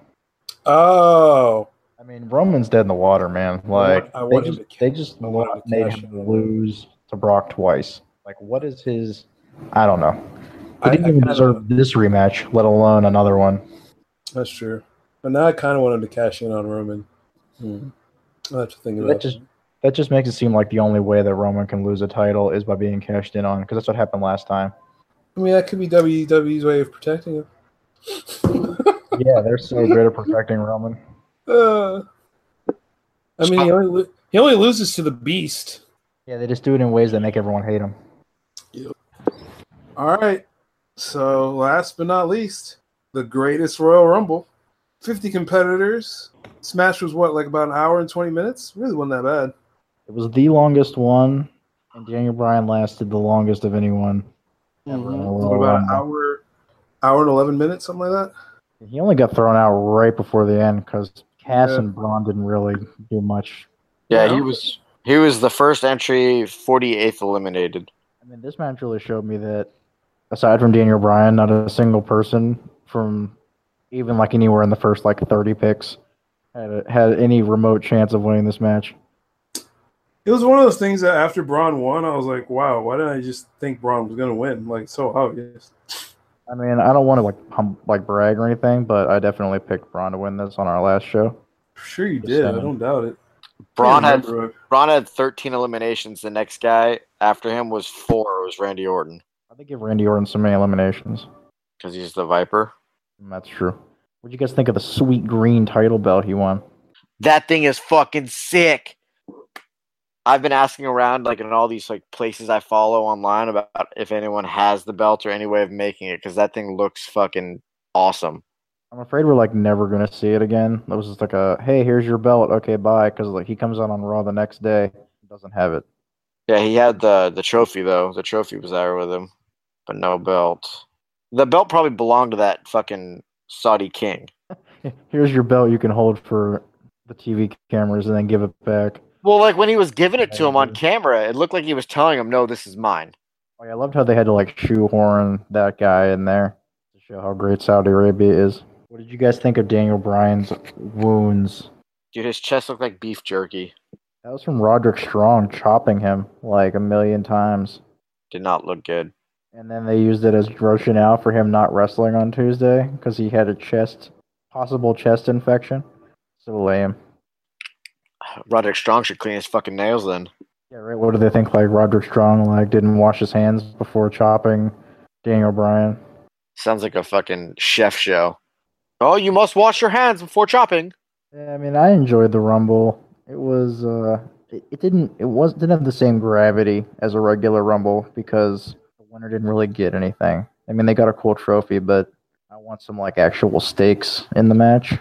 Speaker 1: Oh.
Speaker 3: I mean, Roman's dead in the water, man.
Speaker 1: want-
Speaker 3: Like
Speaker 1: I want
Speaker 3: they,
Speaker 1: him
Speaker 3: just,
Speaker 1: to ca-
Speaker 3: they just
Speaker 1: I want him to
Speaker 3: made
Speaker 1: cash
Speaker 3: him
Speaker 1: in on
Speaker 3: lose to Brock twice. Like, what is his? I don't know. He
Speaker 1: I-
Speaker 3: didn't
Speaker 1: I
Speaker 3: even
Speaker 1: kinda-
Speaker 3: deserve this rematch, let alone another one.
Speaker 1: That's true. But now I kind of want him to cash in on Roman. Hmm. I'll have to think about
Speaker 3: That
Speaker 1: it.
Speaker 3: just that just makes it seem like the only way that Roman can lose a title is by being cashed in on, because that's what happened last time.
Speaker 1: I mean, that could be WWE's way of protecting him.
Speaker 3: yeah, they're so good at protecting Roman.
Speaker 1: Uh, I mean, he only, lo- he only loses to the Beast.
Speaker 3: Yeah, they just do it in ways that make everyone hate him.
Speaker 1: All right. So, last but not least, the greatest Royal Rumble. 50 competitors. Smash was what, like about an hour and 20 minutes? Really wasn't that bad.
Speaker 3: It was the longest one, and Daniel Bryan lasted the longest of anyone.
Speaker 1: What about an hour, hour and 11 minutes, something like that?
Speaker 3: He only got thrown out right before the end because Cass
Speaker 1: Yeah.
Speaker 3: and Braun didn't really do much.
Speaker 2: Yeah,
Speaker 1: Yeah.
Speaker 2: he was he was the first entry, forty eighth eliminated.
Speaker 3: I mean, this match really showed me that aside from Daniel Bryan, not a single person from even like anywhere in the first like 30 picks had a, had any remote chance of winning this match.
Speaker 1: It was one of those things that after Braun won, I was like, wow, why didn't I just think Braun was going to win? Like, so obvious.
Speaker 3: I mean, I don't want to like hum, like brag or anything, but I definitely picked Braun to win this on our last show.
Speaker 1: Sure, you
Speaker 3: Just
Speaker 1: did. I
Speaker 3: saying.
Speaker 1: don't doubt it.
Speaker 2: Braun
Speaker 1: I
Speaker 2: had
Speaker 1: remember it.
Speaker 2: Braun had thirteen eliminations. The next guy after him was four. It was Randy Orton
Speaker 3: I think give Randy Orton so many eliminations.
Speaker 2: because he's the Viper.
Speaker 3: And that's true. What'd you guys think of the sweet green title belt he won?
Speaker 2: That thing is fucking sick. I've been asking around, like in all these like places I follow online, about if anyone has the belt or any way of making it because that thing looks fucking awesome.
Speaker 3: I'm afraid we're like never gonna see it again. That was just like a hey, here's your belt, okay, bye. Because like he comes out on Raw the next day, and doesn't have it.
Speaker 2: Yeah, he had the the trophy though. The trophy was there with him, but no belt. The belt probably belonged to that fucking Saudi king.
Speaker 3: Here's your belt, you can hold for the TV cameras and then give it back.
Speaker 2: Well, like when he was giving it to him on
Speaker 3: Mhm.
Speaker 2: camera, it looked like he was telling him, "No, this is mine."
Speaker 3: Like Oh, I loved how they had to like shoehorn that guy in there to show how great Saudi Arabia is. What did you guys think of Daniel Bryan's wounds?
Speaker 2: Dude, his chest looked like beef jerky.
Speaker 3: That was from Roderick Strong chopping him like a million times.
Speaker 2: Did not look good.
Speaker 3: And then they used it as rationale for him not wrestling on Tuesday because he had a chest, possible chest infection. So lame.
Speaker 2: Roderick Strong should clean his fucking nails then.
Speaker 3: Yeah, right. What do they think? Like Roderick Strong, like didn't wash his hands before chopping Daniel Bryan.
Speaker 2: Sounds like a fucking chef show. Oh, you must wash your hands before chopping.
Speaker 3: Yeah, I mean, I enjoyed the Rumble. It was, uh, it, it didn't, it was didn't have the same gravity as a regular Rumble because the winner didn't really get anything. I mean, they got a cool trophy, but I want some like actual stakes in the match.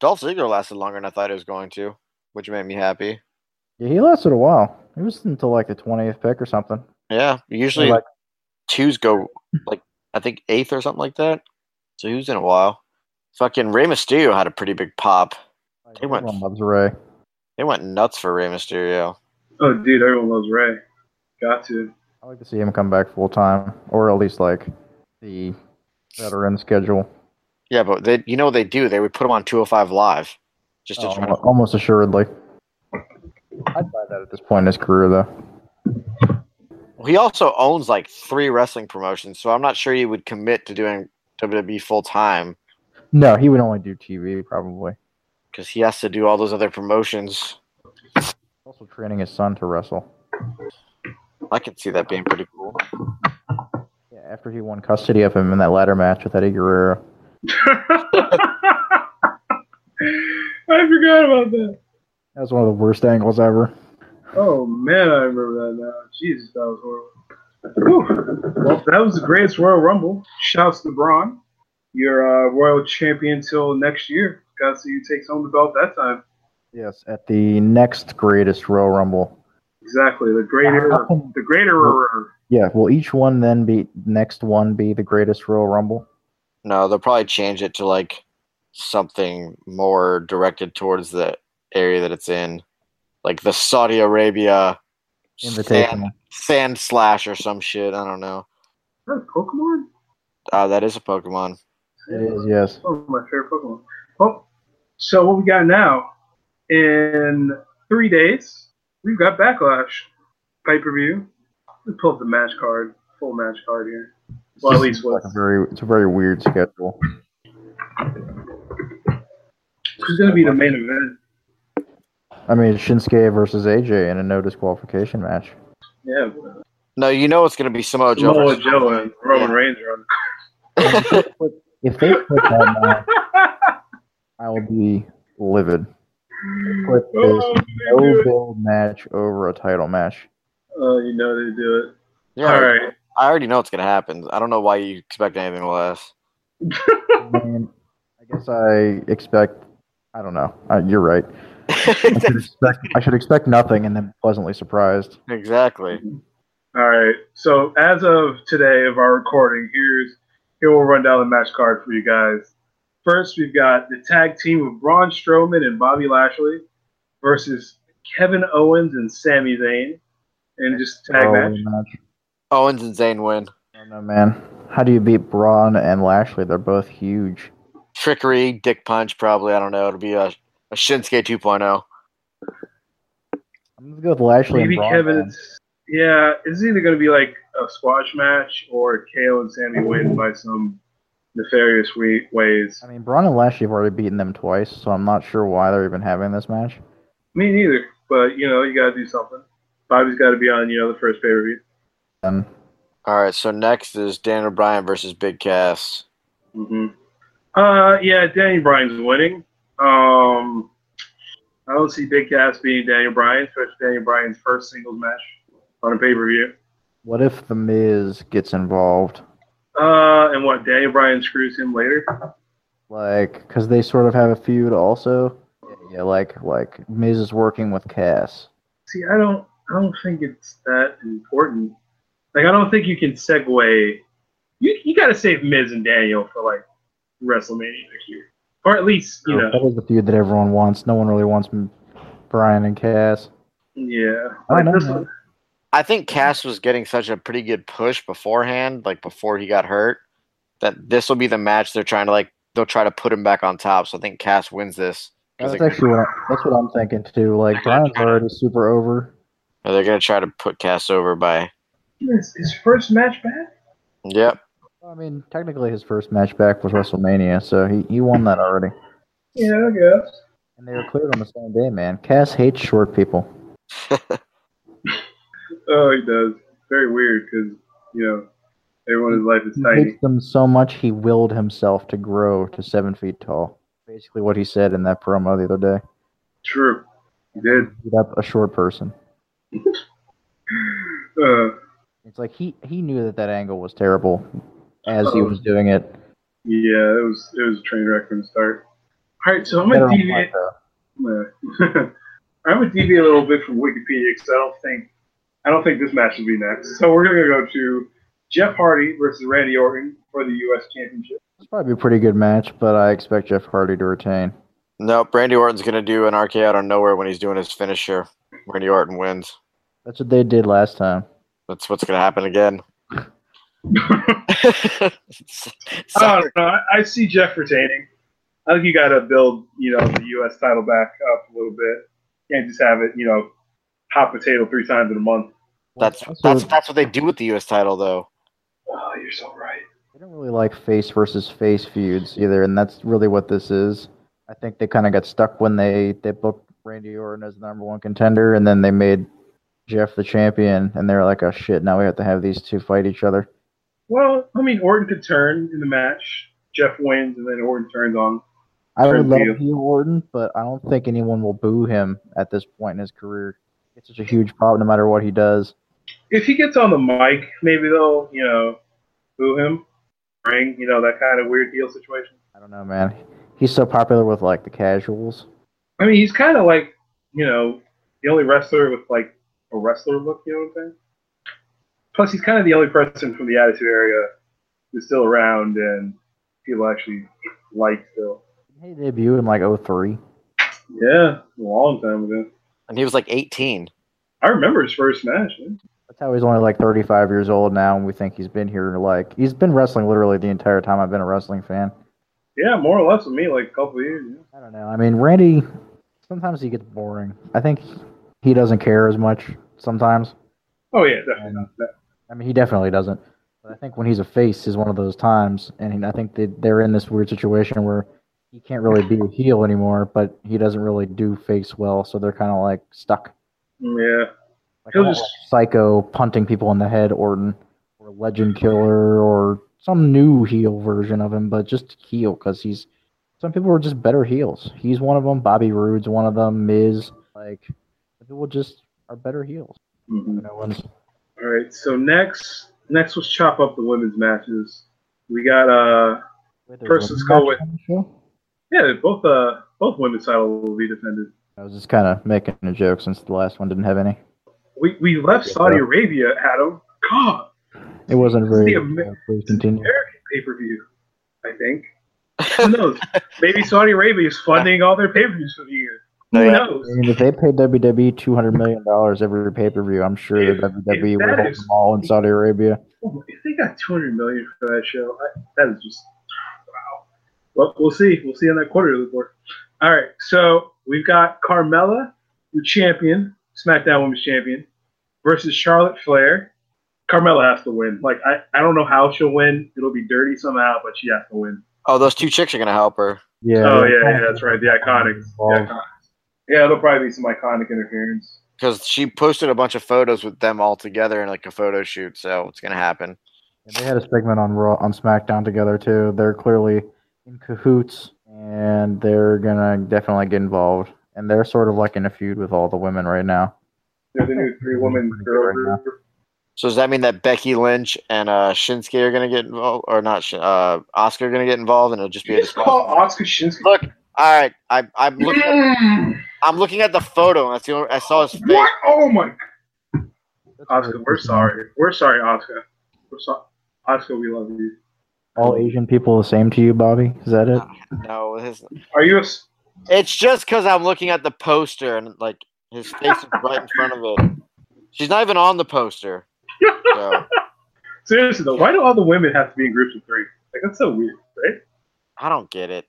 Speaker 2: Dolph Ziggler lasted longer than I thought he was going to, which made me happy.
Speaker 3: Yeah, he lasted a while. He was until like the twentieth pick or something.
Speaker 2: Yeah, usually
Speaker 3: Like,
Speaker 2: twos go like I think eighth or something like that. So he was in a while. Fucking Rey Mysterio had a pretty big pop. they went-
Speaker 3: everyone loves Ray.
Speaker 2: They went nuts for Rey Mysterio.
Speaker 1: Oh, dude, everyone loves Ray. Got to.
Speaker 3: I like to see him come back full time, or at least like the veteran schedule.
Speaker 2: Yeah, but they, you know what they do? They would put him on 205 Live just to
Speaker 3: Oh,
Speaker 2: try
Speaker 3: almo- almost assuredly. I'd buy that at this point in his career, though.
Speaker 2: to. He also owns like three wrestling promotions, so I'm not sure he would commit to doing E WWE full time
Speaker 3: No, he would only do TV probably.
Speaker 2: because he has to do all those other promotions.
Speaker 3: Also training his son to wrestle.
Speaker 2: I could see that being pretty cool.
Speaker 3: Yeah, after he won custody of him in that ladder match with Eddie Guerrero.
Speaker 1: I forgot about that.
Speaker 3: That was one of the worst angles ever.
Speaker 1: Oh man, I remember that now. Jesus, that was horrible. Whew. Well, that was the greatest Royal Rumble. Shouts to Braun. You're uh, Royal Champion till next year. Got to see who takes home the belt that time.
Speaker 3: Yes, at the next greatest Royal Rumble.
Speaker 1: Exactly. The greater,
Speaker 3: Wow.
Speaker 1: the greater.
Speaker 3: Yeah, will each one then be next one be the greatest Royal Rumble?
Speaker 2: No, they'll probably change it to like something more directed towards the area that it's in, like the Saudi Arabia sand,
Speaker 3: Invitational.
Speaker 2: sand slash or some shit. I don't know.
Speaker 1: Is that a Pokemon?
Speaker 2: Uh, that is a Pokemon.
Speaker 3: It is, yes.
Speaker 1: Oh, my favorite Pokemon. Well, so what we got now? In three days, we've got Backlash pay per view. We pull up the match card, full match card here. Well, at least
Speaker 3: It's
Speaker 1: what?
Speaker 3: like a very it's a very weird schedule.
Speaker 1: Who's going to be the main event?
Speaker 3: I mean Shinsuke versus AJ in a no disqualification match.
Speaker 1: Yeah,
Speaker 2: No, you know it's going to be Samoa Joe.
Speaker 1: Samoa
Speaker 2: versus-
Speaker 1: Joe and Roman Reigns are on.
Speaker 3: If they put that match, I will be livid. Put this
Speaker 1: Oh, they
Speaker 3: no
Speaker 1: do it.
Speaker 3: build match over a title match.
Speaker 1: Oh, you know they do it.
Speaker 2: Yeah,
Speaker 1: All right.
Speaker 2: I already know it's going to happen. I don't know why you expect anything less.
Speaker 3: I mean, I guess I expect. I don't know. Uh, you're right. I should, expect, I should expect nothing and then be pleasantly surprised.
Speaker 2: exactly.
Speaker 1: All right. So as of today of our recording, here's here we'll run down the match card for you guys. First, we've got the tag team of Braun Strowman and Bobby Lashley versus Kevin Owens and Sami Zayn, and just tag
Speaker 3: Oh,
Speaker 1: match.
Speaker 3: match.
Speaker 2: Owens and Zayn win.
Speaker 3: I don't know, man. How do you beat Braun and Lashley? They're both huge.
Speaker 2: Trickery, dick punch, probably. I don't know. It'll be a, a Shinsuke oh. 2.0.
Speaker 3: I'm gonna go with Lashley
Speaker 1: Maybe
Speaker 3: and Braun.
Speaker 1: Kevin.
Speaker 3: man.
Speaker 1: it's- Yeah, it's either going to be like a squash match or KO and Sammy win by some nefarious we- ways.
Speaker 3: I mean, Braun and Lashley have already beaten them twice, so I'm not sure why they're even having this match.
Speaker 1: Me neither, but you know you got to do something. Bobby's got to be on, you know, the first pay per view.
Speaker 3: And
Speaker 2: All right, so next is Dan O'Brien versus Big Cass.
Speaker 1: hmm Uh, yeah, Daniel Bryan's winning. Um, I don't see Big Cass beating Daniel Bryan, especially Daniel Bryan's first singles match on a pay per view.
Speaker 3: what if the Miz gets involved?
Speaker 1: Uh, and what Daniel Bryan screws him later.
Speaker 3: Like, because they sort of have a feud also. Yeah, like like Miz is working with Cass.
Speaker 1: See, I don't, I don't think it's that important. Like, I don't think you can segue. You, you got to save Miz and Daniel for like WrestleMania next year, or at least you know,
Speaker 3: That was the feud that everyone wants. No one really wants M- Brian and Cass.
Speaker 1: yeah.
Speaker 3: I
Speaker 1: Like,
Speaker 3: know,
Speaker 1: this
Speaker 3: man.
Speaker 1: one-
Speaker 2: I think Cass was getting such a pretty good push beforehand, like before he got hurt, that this will be the match they're trying to like. They'll try to put him back on top. So I think Cass wins this. 'Cause
Speaker 3: That's
Speaker 2: they're,
Speaker 3: actually what I, that's what I'm thinking too. Like Brian's already super over.
Speaker 2: they're gonna try to put Cass over by.
Speaker 1: his, his first match back.
Speaker 2: Yep.
Speaker 3: I mean, technically his first match back was WrestleMania, so he, he won that already.
Speaker 1: Yeah, I guess.
Speaker 3: And they were cleared on the same day, man. Cass hates short people.
Speaker 1: Oh, he does. Very weird because you know everyone's life is
Speaker 3: He
Speaker 1: tiny.
Speaker 3: hates them so much he willed himself to grow to seven feet tall. Basically, what he said in that promo the other day.
Speaker 1: True. He did.
Speaker 3: Beat up a short person.
Speaker 1: Uh,
Speaker 3: It's like he he knew that that angle was terrible as he was doing it.
Speaker 1: yeah, it was it was a train wreck from the start. All right, so I'm
Speaker 3: Better
Speaker 1: gonna
Speaker 3: on
Speaker 1: deviate.
Speaker 3: Marco.
Speaker 1: I'm gonna deviate a little bit from Wikipedia because I don't think I don't think this match will be next. So we're gonna go to Jeff Hardy versus Randy Orton for the U.S. Championship.
Speaker 3: It's probably a pretty good match, but I expect Jeff Hardy to retain.
Speaker 2: Nope. Randy Orton's gonna do an RKO out of nowhere when he's doing his finisher. Randy Orton wins.
Speaker 3: That's what they did last time.
Speaker 2: That's what's gonna happen again.
Speaker 1: I
Speaker 2: Sorry.
Speaker 1: don't know. I, I see Jeff retaining. I think you got to build, you know, the U.S. title back up a little bit. Can't just have it, you know, hot potato three times in a month.
Speaker 2: That's
Speaker 3: Also,
Speaker 2: that's that's what they do with the U.S. title, though.
Speaker 1: Oh, you're so right.
Speaker 3: They don't really like face versus face feuds either, and that's really what this is. I think they kind of got stuck when they they booked Randy Orton as the number one contender, and then they made Jeff the champion, and they're like, "Oh shit! Now we have to have these two fight each other."
Speaker 1: Well, I mean, Orton could turn in the match. Jeff wins, and then Orton turns on.
Speaker 3: I would
Speaker 1: True
Speaker 3: love
Speaker 1: view.
Speaker 3: heel Orton, but I don't think anyone will boo him at this point in his career. It's such a huge problem, no matter what he does.
Speaker 1: If he gets on the mic, maybe they'll, you know, boo him. Ring, you know, that kind of weird heel situation.
Speaker 3: I don't know, man. He's so popular with like the casuals.
Speaker 1: I mean, he's kind of like, you know, the only wrestler with like a wrestler look. You know what I'm saying? Plus, he's kind of the only person from the Attitude Area who's still around and people actually like still.
Speaker 3: He debuted in like 03.
Speaker 1: Yeah, a long time ago.
Speaker 2: And he was like 18.
Speaker 1: I remember his first match. Man.
Speaker 3: That's how he's only like 35 years old now, and we think he's been here like he's been wrestling literally the entire time I've been a wrestling fan.
Speaker 1: Yeah, more or less with me, like a couple of years. Yeah.
Speaker 3: I don't know. I mean, Randy, sometimes he gets boring. I think he doesn't care as much sometimes.
Speaker 1: Oh yeah, definitely. not that.
Speaker 3: I mean, he definitely doesn't. But I think when he's a face is one of those times, and I think they, they're in this weird situation where he can't really be a heel anymore, but he doesn't really do face well, so they're kind of like stuck.
Speaker 1: Yeah,
Speaker 3: Like,
Speaker 1: He'll
Speaker 3: I'm not
Speaker 1: just-
Speaker 3: like psycho punting people in the head, Orton, or Legend Killer, or some new heel version of him, but just heel because he's. Some people are just better heels. He's one of them. Bobby Roode's one of them. Miz, like, some people just are better heels.
Speaker 1: Mhm.
Speaker 3: No one's
Speaker 1: All right. So next, next was chop up the women's matches. We got uh, Persons go with- yeah, both uh, both women's title will be defended.
Speaker 3: I was just kind of making a joke since the last one didn't have any.
Speaker 1: We, we left
Speaker 3: Yeah.
Speaker 1: Saudi Arabia, Adam. God,
Speaker 3: It wasn't
Speaker 1: It's
Speaker 3: very.
Speaker 1: the Amer-
Speaker 3: uh, please continue.
Speaker 1: American pay per view, I think. Who knows? Maybe Saudi Arabia is funding all their pay per views for the year. Who
Speaker 2: Yeah.
Speaker 3: I
Speaker 1: knows?
Speaker 3: mean, if they paid WWE two hundred million dollars every pay per view, I'm sure
Speaker 1: If-
Speaker 3: that WWE
Speaker 1: if
Speaker 3: would
Speaker 1: that
Speaker 3: hold
Speaker 1: is-
Speaker 3: them all in Saudi Arabia.
Speaker 1: Oh, If they got 200 million for that show, I, that is just wow. Well, we'll see. We'll see on that quarterly report. All right, so we've got Carmella, the champion, SmackDown Women's Champion, versus Charlotte Flair. Carmella has to win. Like I, I don't know how she'll win. It'll be dirty somehow, but she has to win.
Speaker 2: Oh, those two chicks are gonna help her.
Speaker 3: Yeah.
Speaker 1: oh yeah, yeah, that's right. The iconics. The
Speaker 3: Involved.
Speaker 1: iconics. Yeah, there'll probably be some iconic interference.
Speaker 2: because she posted a bunch of photos with them all together in like a photo shoot. So it's gonna happen.
Speaker 3: And they had a segment on Raw on SmackDown together too. They're clearly in cahoots, and they're gonna definitely get involved. And they're sort of like in a feud with all the women right now.
Speaker 1: They're the new three woman girl group.
Speaker 2: So does that mean that Becky Lynch and uh, Shinsuke are gonna get involved, or not? Shin- Uh, Oscar gonna get involved, and it'll just be
Speaker 1: You
Speaker 2: a
Speaker 1: just
Speaker 2: disqual-
Speaker 1: call Oscar Shinsky.
Speaker 2: Look, all right. I, I'm looking. At,
Speaker 1: Mm,
Speaker 2: I'm looking at the photo, and that's the only, I saw his face.
Speaker 1: what? Oh my! Oscar, we're sorry. We're sorry, Oscar. We're sorry, Oscar. We love you.
Speaker 3: All Asian people the same to you, Bobby? Is that it?
Speaker 2: No, his,
Speaker 1: Are you? A, s-
Speaker 2: it's just because I'm looking at the poster, and like his face is right in front of it. She's not even on the poster. So
Speaker 1: seriously though, why do all the women have to be in groups of three? Like that's so weird, right?
Speaker 2: I don't get it.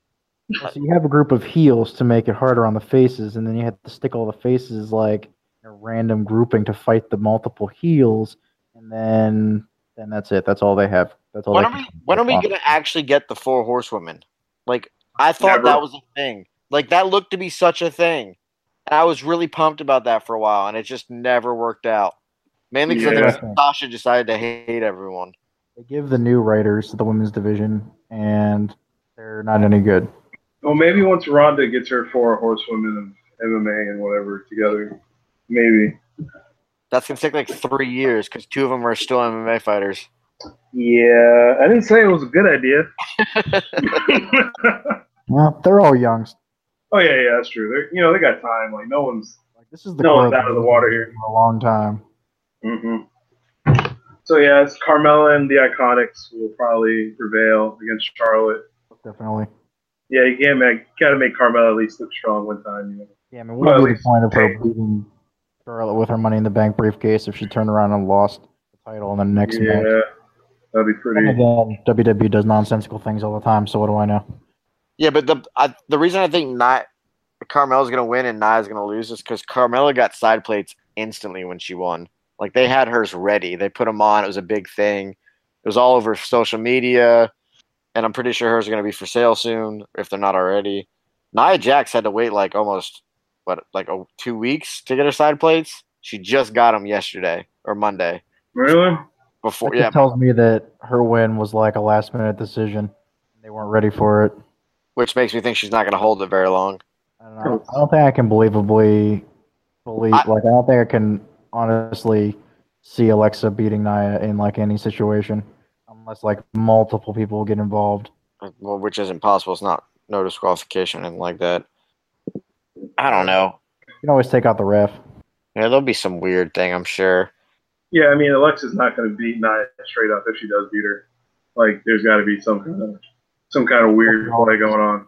Speaker 3: So you have a group of heels to make it harder on the faces, and then you have to stick all the faces like in a random grouping to fight the multiple heels, and then then that's it. That's all they have. That's all.
Speaker 2: When
Speaker 3: they
Speaker 2: are we?
Speaker 3: can-
Speaker 2: When are we gonna actually get the four horsewomen? Like I thought
Speaker 1: Never.
Speaker 2: that was a thing. Like that looked to be such a thing, and I was really pumped about that for a while, and it just never worked out. Mainly because
Speaker 1: Yeah.
Speaker 2: Sasha decided to hate everyone.
Speaker 3: They give the new writers to the women's division, and they're not any good.
Speaker 1: Well, maybe once Ronda gets her four horsewomen of MMA and whatever together, maybe.
Speaker 2: That's gonna take like three years because two of them are still MMA fighters.
Speaker 1: Yeah, I didn't say it was a good idea.
Speaker 3: Well, they're all young.
Speaker 1: oh yeah, yeah, that's true. They're, you know, they got time. Like no one's.
Speaker 3: Like, this is the
Speaker 1: No
Speaker 3: core
Speaker 1: one's
Speaker 3: of
Speaker 1: out of the water here.
Speaker 3: for a long time.
Speaker 1: hmm So yeah, it's Carmella and the Iconics will probably prevail against Charlotte.
Speaker 3: Definitely.
Speaker 1: Yeah, you can't make gotta make Carmella at least look strong one time. You know?
Speaker 3: Yeah, I mean,
Speaker 1: Well,
Speaker 3: what
Speaker 1: at
Speaker 3: would be the
Speaker 1: least
Speaker 3: point of her
Speaker 1: they-
Speaker 3: beating Charlotte with her Money in the Bank briefcase if she turned around and lost the title in the next match?
Speaker 1: Yeah, That'd be pretty.
Speaker 3: And again, WWE E does nonsensical things all the time, so what do I know?
Speaker 2: Yeah, but the I, the reason I think not Carmella's gonna win and Nia's gonna lose is because Carmella got side plates instantly when she won. Like they had hers ready. They put them on. It was a big thing. It was all over social media, and I'm pretty sure hers are gonna be for sale soon if they're not already. Nia Jax had to wait like almost what like a, two weeks to get her side plates. She just got them yesterday or Monday
Speaker 1: Really?
Speaker 2: before.
Speaker 3: It
Speaker 2: Yeah,
Speaker 3: tells me that her win was like a last minute decision. They weren't ready for it.
Speaker 2: which makes me think she's not gonna hold it very long.
Speaker 3: I don't, know. I don't think I can believably believe
Speaker 2: I-
Speaker 3: like I don't think I can honestly see Alexa beating Nia in like any situation unless like multiple people get involved.
Speaker 2: well, which isn't possible. It's not no disqualification or anything like that. I don't know.
Speaker 3: You can always take out the ref.
Speaker 2: Yeah, there'll be some weird thing, I'm sure.
Speaker 1: Yeah, I mean, Alexa's not going to beat Nia straight up if she does beat her. Like, there's got to be some kind of some kind of weird play going on.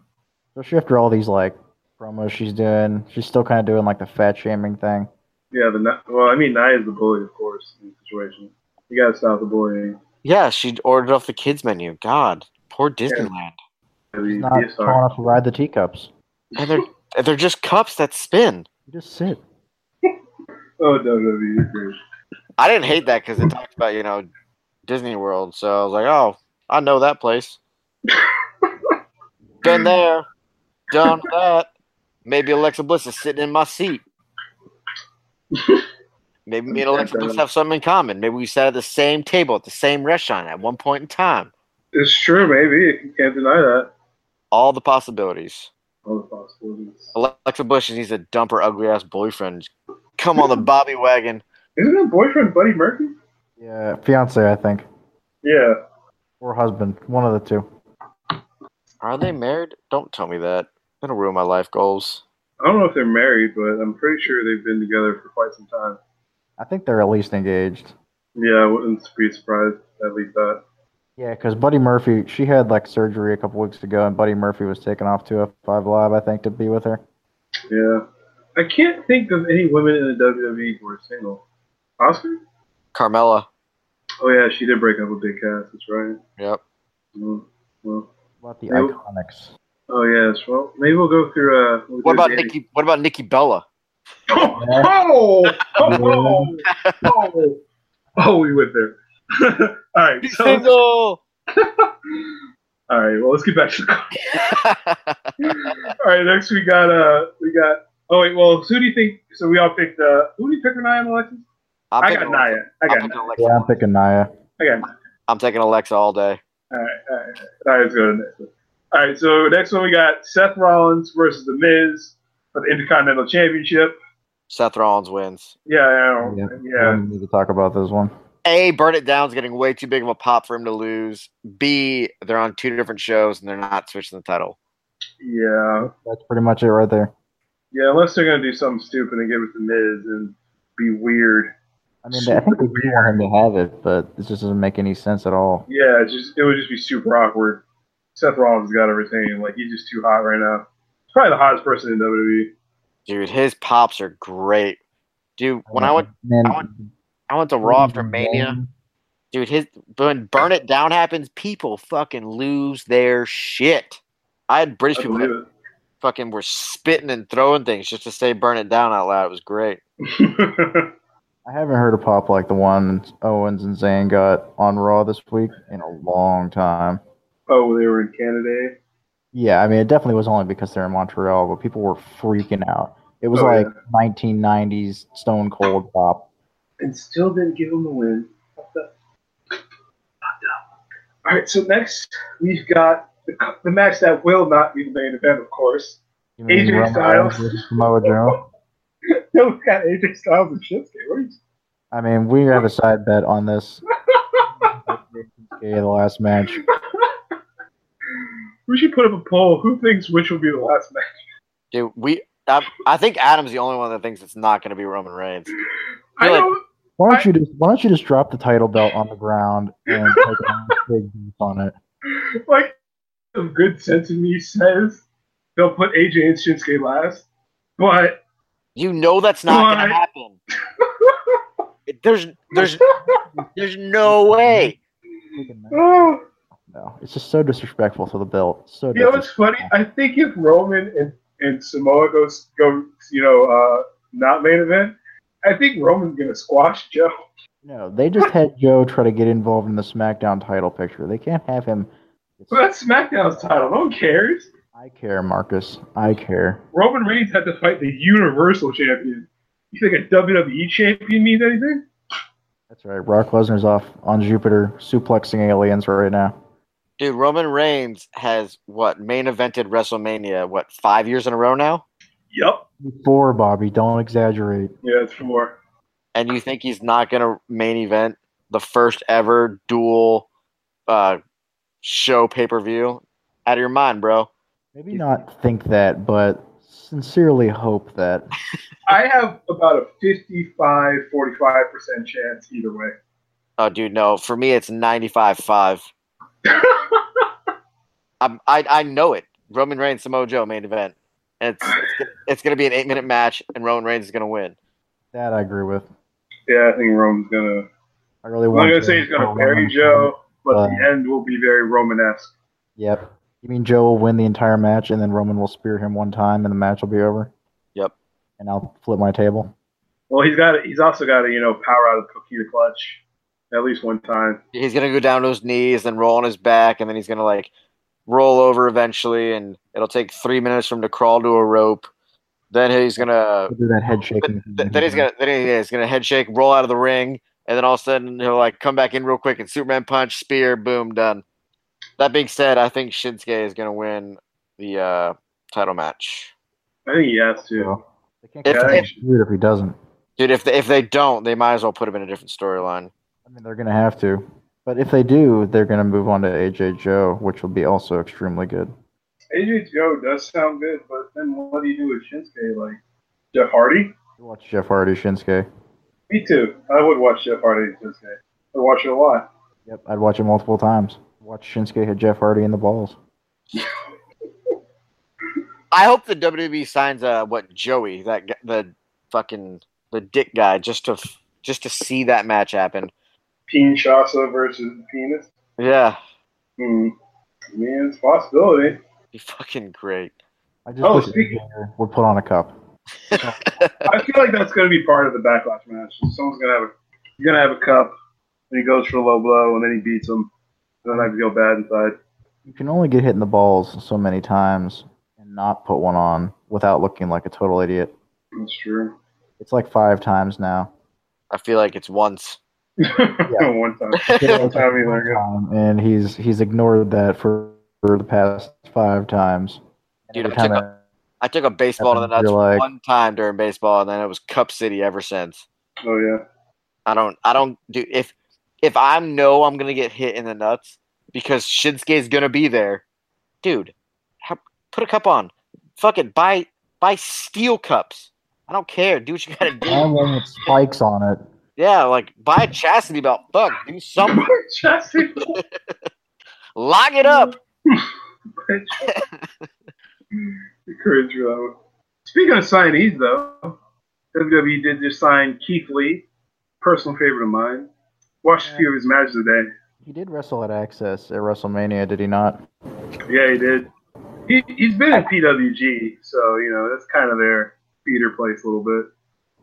Speaker 3: Especially after all these like promos she's doing, she's still kind of doing like the fat shaming thing.
Speaker 1: Yeah, the Ni- well, I mean, Nia's the bully, of course, in the situation. You got to stop the bullying.
Speaker 2: Yeah, she ordered off the kids menu. God, poor Disneyland.
Speaker 1: Be,
Speaker 3: She's
Speaker 1: be
Speaker 3: not
Speaker 1: a star.
Speaker 3: tall enough to ride the teacups.
Speaker 2: And they're and they're just cups that spin.
Speaker 3: You just sit.
Speaker 1: Oh, WWE, you're great.
Speaker 2: I didn't hate that because it talked about you know Disney World, so I was like, oh, I know that place. Been there, done that. Maybe Alexa Bliss is sitting in my seat. Maybe me and Alexa Bliss have something in common. Maybe we sat at the same table at the same restaurant at one point in time.
Speaker 1: It's true, maybe. You can't deny that.
Speaker 2: All the possibilities.
Speaker 1: All the possibilities.
Speaker 2: Alexa Bliss just needs a dump her ugly ass boyfriend. Come on the Bobby wagon.
Speaker 1: Isn't her boyfriend Buddy Murphy?
Speaker 3: Yeah, fiance, I think,
Speaker 1: Yeah.
Speaker 3: or husband, one of the two.
Speaker 2: Are they married? Don't tell me that. That'll ruin my life goals.
Speaker 1: I don't know if they're married, but I'm pretty sure they've been together for quite some time.
Speaker 3: I think they're at least engaged.
Speaker 1: Yeah, I wouldn't be surprised at least that.
Speaker 3: Yeah, because Buddy Murphy, she had like surgery a couple weeks ago, and Buddy Murphy was taken off to F5 Live, I think, to be with her.
Speaker 1: Yeah. I can't think of any women in the WWE who are single. Oscar?
Speaker 2: Carmella.
Speaker 1: Oh yeah, she did break up with Big Cass. That's right.
Speaker 2: Yep.
Speaker 1: Mm, Well,
Speaker 3: What about the
Speaker 1: Nope.
Speaker 3: Iconics?
Speaker 1: oh yes. Well, maybe we'll go through. Uh, we'll
Speaker 2: What
Speaker 1: do
Speaker 2: about
Speaker 1: Danny.
Speaker 2: Nikki? What about Nikki Bella?
Speaker 1: Oh, oh, oh, oh, oh, we went there. all right. So, all
Speaker 2: single.
Speaker 1: right. Well, let's get back to the. all right. Next, we got. Uh, we got. Oh wait. Well, so who do you think? So we all picked. Uh, who do you pick for Nia and Alexis?
Speaker 2: I'm
Speaker 1: I got
Speaker 2: taking
Speaker 1: Nia.
Speaker 2: Alexa.
Speaker 1: I
Speaker 2: I'm
Speaker 1: got. Nia.
Speaker 2: taking Alexa.
Speaker 3: Yeah, I'm picking Naya.
Speaker 1: I got. Nia.
Speaker 2: I'm taking Alexa all day.
Speaker 1: All right, all right, all right. Let's go to the next one. All right, so next one we got Seth Rollins versus The Miz for the Intercontinental Championship.
Speaker 2: Seth Rollins wins.
Speaker 1: Yeah, I don't, yeah.
Speaker 3: Yeah. We need to talk about this one.
Speaker 2: A, Burn It Down's getting way too big of a pop for him to lose. B, they're on two different shows and they're not switching the title.
Speaker 1: yeah,
Speaker 3: That's pretty much it right there.
Speaker 1: yeah. Unless they're gonna do something stupid and get with The Miz and be weird.
Speaker 3: I mean, I think they do want him to have it, but this just doesn't make any sense at all.
Speaker 1: Yeah, it's just it would just be super awkward. Seth Rollins has got to retain. Like he's just too hot right now. He's probably the hottest person in E. WWE.
Speaker 2: Dude, his pops are great. Dude, when I went
Speaker 3: Man,
Speaker 2: I went- I went to Raw after Mania, dude, his when Burn It Down happens, people fucking lose their shit. I had British
Speaker 1: I
Speaker 2: people
Speaker 1: believe
Speaker 2: that fucking were spitting and throwing things just to say burn it down out loud. It was great.
Speaker 1: it.
Speaker 3: I haven't heard a pop like the one Owens and Zayn got on Raw this week in a long time.
Speaker 1: oh, they were in Canada.
Speaker 3: Yeah, I mean, it definitely was only because they're in Montreal, but people were freaking out. It was
Speaker 1: Oh,
Speaker 3: like 1990s Stone Cold pop.
Speaker 1: and still didn't give him a win. Fucked up. Fucked up. All right, so next we've got the, the match that will not be the main event, of course.
Speaker 3: You mean
Speaker 1: AJ
Speaker 3: Roman
Speaker 1: Styles.
Speaker 3: Reigns versus Samoa Joe?
Speaker 1: No, we've got AJ Styles and Shinsuke. What are you-
Speaker 3: I mean, we have a side bet on this. okay, the last match.
Speaker 1: We should put up a poll. Who thinks which will be the last match?
Speaker 2: Dude, we I, I think Adam's the only one that thinks it's not going to be Roman Reigns.
Speaker 1: I
Speaker 2: Good.
Speaker 1: don't.
Speaker 3: Why don't
Speaker 1: I-
Speaker 3: you just Why don't you just drop the title belt on the ground and take a big beat on it?
Speaker 1: Like, some good sense in me says they'll put AJ and Shinsuke last, but
Speaker 2: You know that's not going
Speaker 1: Why?
Speaker 2: to happen. It- There's there's there's no way.
Speaker 3: Freaking no.
Speaker 1: Oh,
Speaker 3: No, it's just so disrespectful to the belt. So
Speaker 1: you know what's funny? I think if Roman and, and Samoa goes go, you know, uh, not main event, I think Roman's gonna squash Joe.
Speaker 3: No, they just had Joe try to get involved in the SmackDown title picture. They can't have him.
Speaker 1: Well, that's SmackDown's title. No one cares.
Speaker 3: I care, Marcus. I care.
Speaker 1: Roman Reigns had to fight the Universal Champion. You think a WWE champion means anything?
Speaker 3: That's right. Brock Lesnar's off on Jupiter suplexing aliens right now.
Speaker 2: Dude, Roman Reigns has what main evented WrestleMania what five years in a row now,
Speaker 1: Yep.
Speaker 3: Four, Bobby. Don't exaggerate.
Speaker 1: Yeah, it's four.
Speaker 2: and you think he's not gonna main event the first ever dual uh, show pay per view? Out of your mind, bro.
Speaker 3: Maybe not think that, but sincerely hope that.
Speaker 1: I have about a 55, 45% chance either way.
Speaker 2: Oh, dude, no. For me, it's ninety-five five. I'm, I I know it. Roman Reigns Samoa Joe main event. And it's it's gonna, it's gonna be an eight minute match, and Roman Reigns is gonna win.
Speaker 3: That I agree with.
Speaker 1: yeah, I think Roman's gonna.
Speaker 3: I really
Speaker 1: I'm
Speaker 3: want.
Speaker 1: not gonna
Speaker 3: to
Speaker 1: say he's gonna
Speaker 3: go
Speaker 1: bury
Speaker 3: Roman.
Speaker 1: Joe, but the
Speaker 3: Uh,
Speaker 1: end will be very Romanesque.
Speaker 3: Yep. You mean Joe will win the entire match, and then Roman will spear him one time, and the match will be over.
Speaker 2: Yep.
Speaker 3: And I'll flip my table.
Speaker 1: Well, he's got. He's also got to you know power out of the Kokita clutch at least one time.
Speaker 2: He's gonna go down to his knees, then roll on his back, and then he's gonna like roll over eventually, and it'll take three minutes for him to crawl to a rope. Then he's gonna
Speaker 3: I'll do that head shaking.
Speaker 2: th- then he's gonna then he- yeah, he's gonna head shake, roll out of the ring, and then all of a sudden he'll like come back in real quick and Superman punch, spear, boom, done. That being said, I think Shinsuke is gonna win the uh, title match.
Speaker 1: I think he has to.
Speaker 3: So, they can't
Speaker 2: If-
Speaker 3: control
Speaker 1: if-
Speaker 3: Dude, if he doesn't,
Speaker 2: Dude, if they, if they don't, they might as well put him in a different storyline.
Speaker 3: I mean they're gonna have to. But if they do, they're gonna move on to AJ Joe, which will be also extremely good.
Speaker 1: AJ Joe does sound good, but then what do you do with Shinsuke? Like Jeff Hardy?
Speaker 3: Watch Jeff Hardy, Shinsuke.
Speaker 1: Me too. I would watch Jeff Hardy and Shinsuke. I watch it a lot.
Speaker 3: Yep, I'd watch it multiple times. Watch Shinsuke hit Jeff Hardy in the balls.
Speaker 2: I hope the WWE signs uh what Joey that g- the fucking the dick guy just to f- just to see that match happen.
Speaker 1: Kinshasa versus Penis.
Speaker 2: Yeah,
Speaker 1: Hmm. I mean, it's a possibility.
Speaker 2: be fucking great.
Speaker 3: I just
Speaker 1: Oh,
Speaker 3: wish
Speaker 1: speaking-
Speaker 3: AJ would put on a cup.
Speaker 1: I feel like that's going to be part of the backlash match. Someone's going to have a, he's going to have a cup, and he goes for a low blow, and then he beats him, and then I feel bad inside.
Speaker 3: You can only get hit in the balls so many times and not put one on without looking like a total idiot.
Speaker 1: That's true.
Speaker 3: It's like five times now.
Speaker 2: I feel like it's once.
Speaker 1: One time, one time he learned. it.
Speaker 3: Um, and he's he's ignored that for, for the past five times. And
Speaker 2: Dude,
Speaker 3: every
Speaker 2: I took
Speaker 3: time
Speaker 2: I took a baseball to the nuts
Speaker 3: You're like-
Speaker 2: one time during baseball, and then it was Cup City ever since.
Speaker 1: Oh yeah.
Speaker 2: I don't I don't do if if I know I'm gonna get hit in the nuts because Shinsuke's gonna be there, dude. Ha- put a cup on. Fuck it. Buy buy steel cups. I don't care. Do what you gotta
Speaker 3: I-
Speaker 2: do.
Speaker 3: I'm one with spikes on it.
Speaker 2: Yeah, like buy a chastity belt. Fuck, do something.
Speaker 1: Chastity
Speaker 2: Lock it up.
Speaker 1: Cringe. Cringe for that one. Speaking of signees, though, WWE did just sign Keith Lee, personal favorite of mine. Watched a few of his matches today.
Speaker 3: He did wrestle at Access at WrestleMania, did he not?
Speaker 1: Yeah, he did. He, he's been in PWG, so, you know, that's kind of their feeder place a little bit.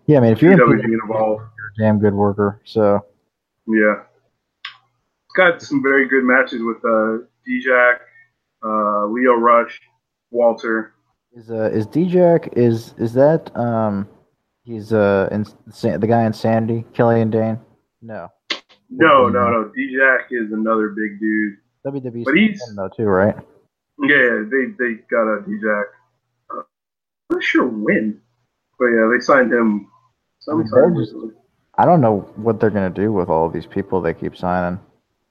Speaker 3: Yeah, I mean, if you're in
Speaker 1: PWG
Speaker 3: PWG,
Speaker 1: involved.
Speaker 3: you're a damn good worker, so
Speaker 1: Yeah. He's got some very good matches with uh, Dijak, uh, Leo Rush, Walter.
Speaker 3: is uh, is Dijak is is that um he's uh in, Sa- the guy in Sandy, Killian Dane? No,
Speaker 1: No, no, no. Dijak is another big dude.
Speaker 3: WWE
Speaker 1: But he's-
Speaker 3: him, E though too, right?
Speaker 1: Yeah, they they got a Dijak. Uh, I'm not sure when, but yeah, they signed him sometime
Speaker 3: They're just-
Speaker 1: recently.
Speaker 3: I don't know what they're gonna do with all of these people they keep signing.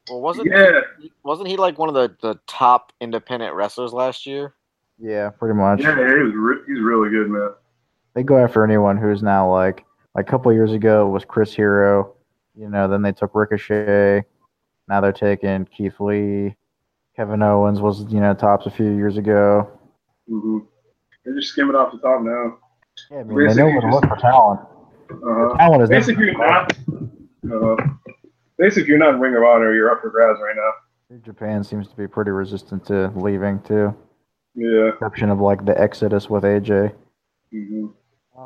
Speaker 2: Well, wasn't
Speaker 1: Yeah,
Speaker 2: wasn't he like one of the, the top independent wrestlers last year?
Speaker 3: Yeah, pretty much.
Speaker 1: yeah, he was re- he's really good, man.
Speaker 3: They go after anyone who's now like like a couple years ago it was Chris Hero, you know. Then they took Ricochet. Now they're taking Keith Lee. Kevin Owens was you know tops a few years ago.
Speaker 1: hmm They're just skimming off the top now.
Speaker 3: Yeah, I mean, they
Speaker 1: Basically,
Speaker 3: know where to
Speaker 1: just-
Speaker 3: look for talent.
Speaker 1: Uh,
Speaker 3: Talent is
Speaker 1: basically, you're not. Uh, Basically, if you're not in Ring of Honor, you're up for grabs right now.
Speaker 3: New Japan seems to be pretty resistant to leaving too.
Speaker 1: Yeah.
Speaker 3: Exception of like the Exodus with AJ.
Speaker 1: hmm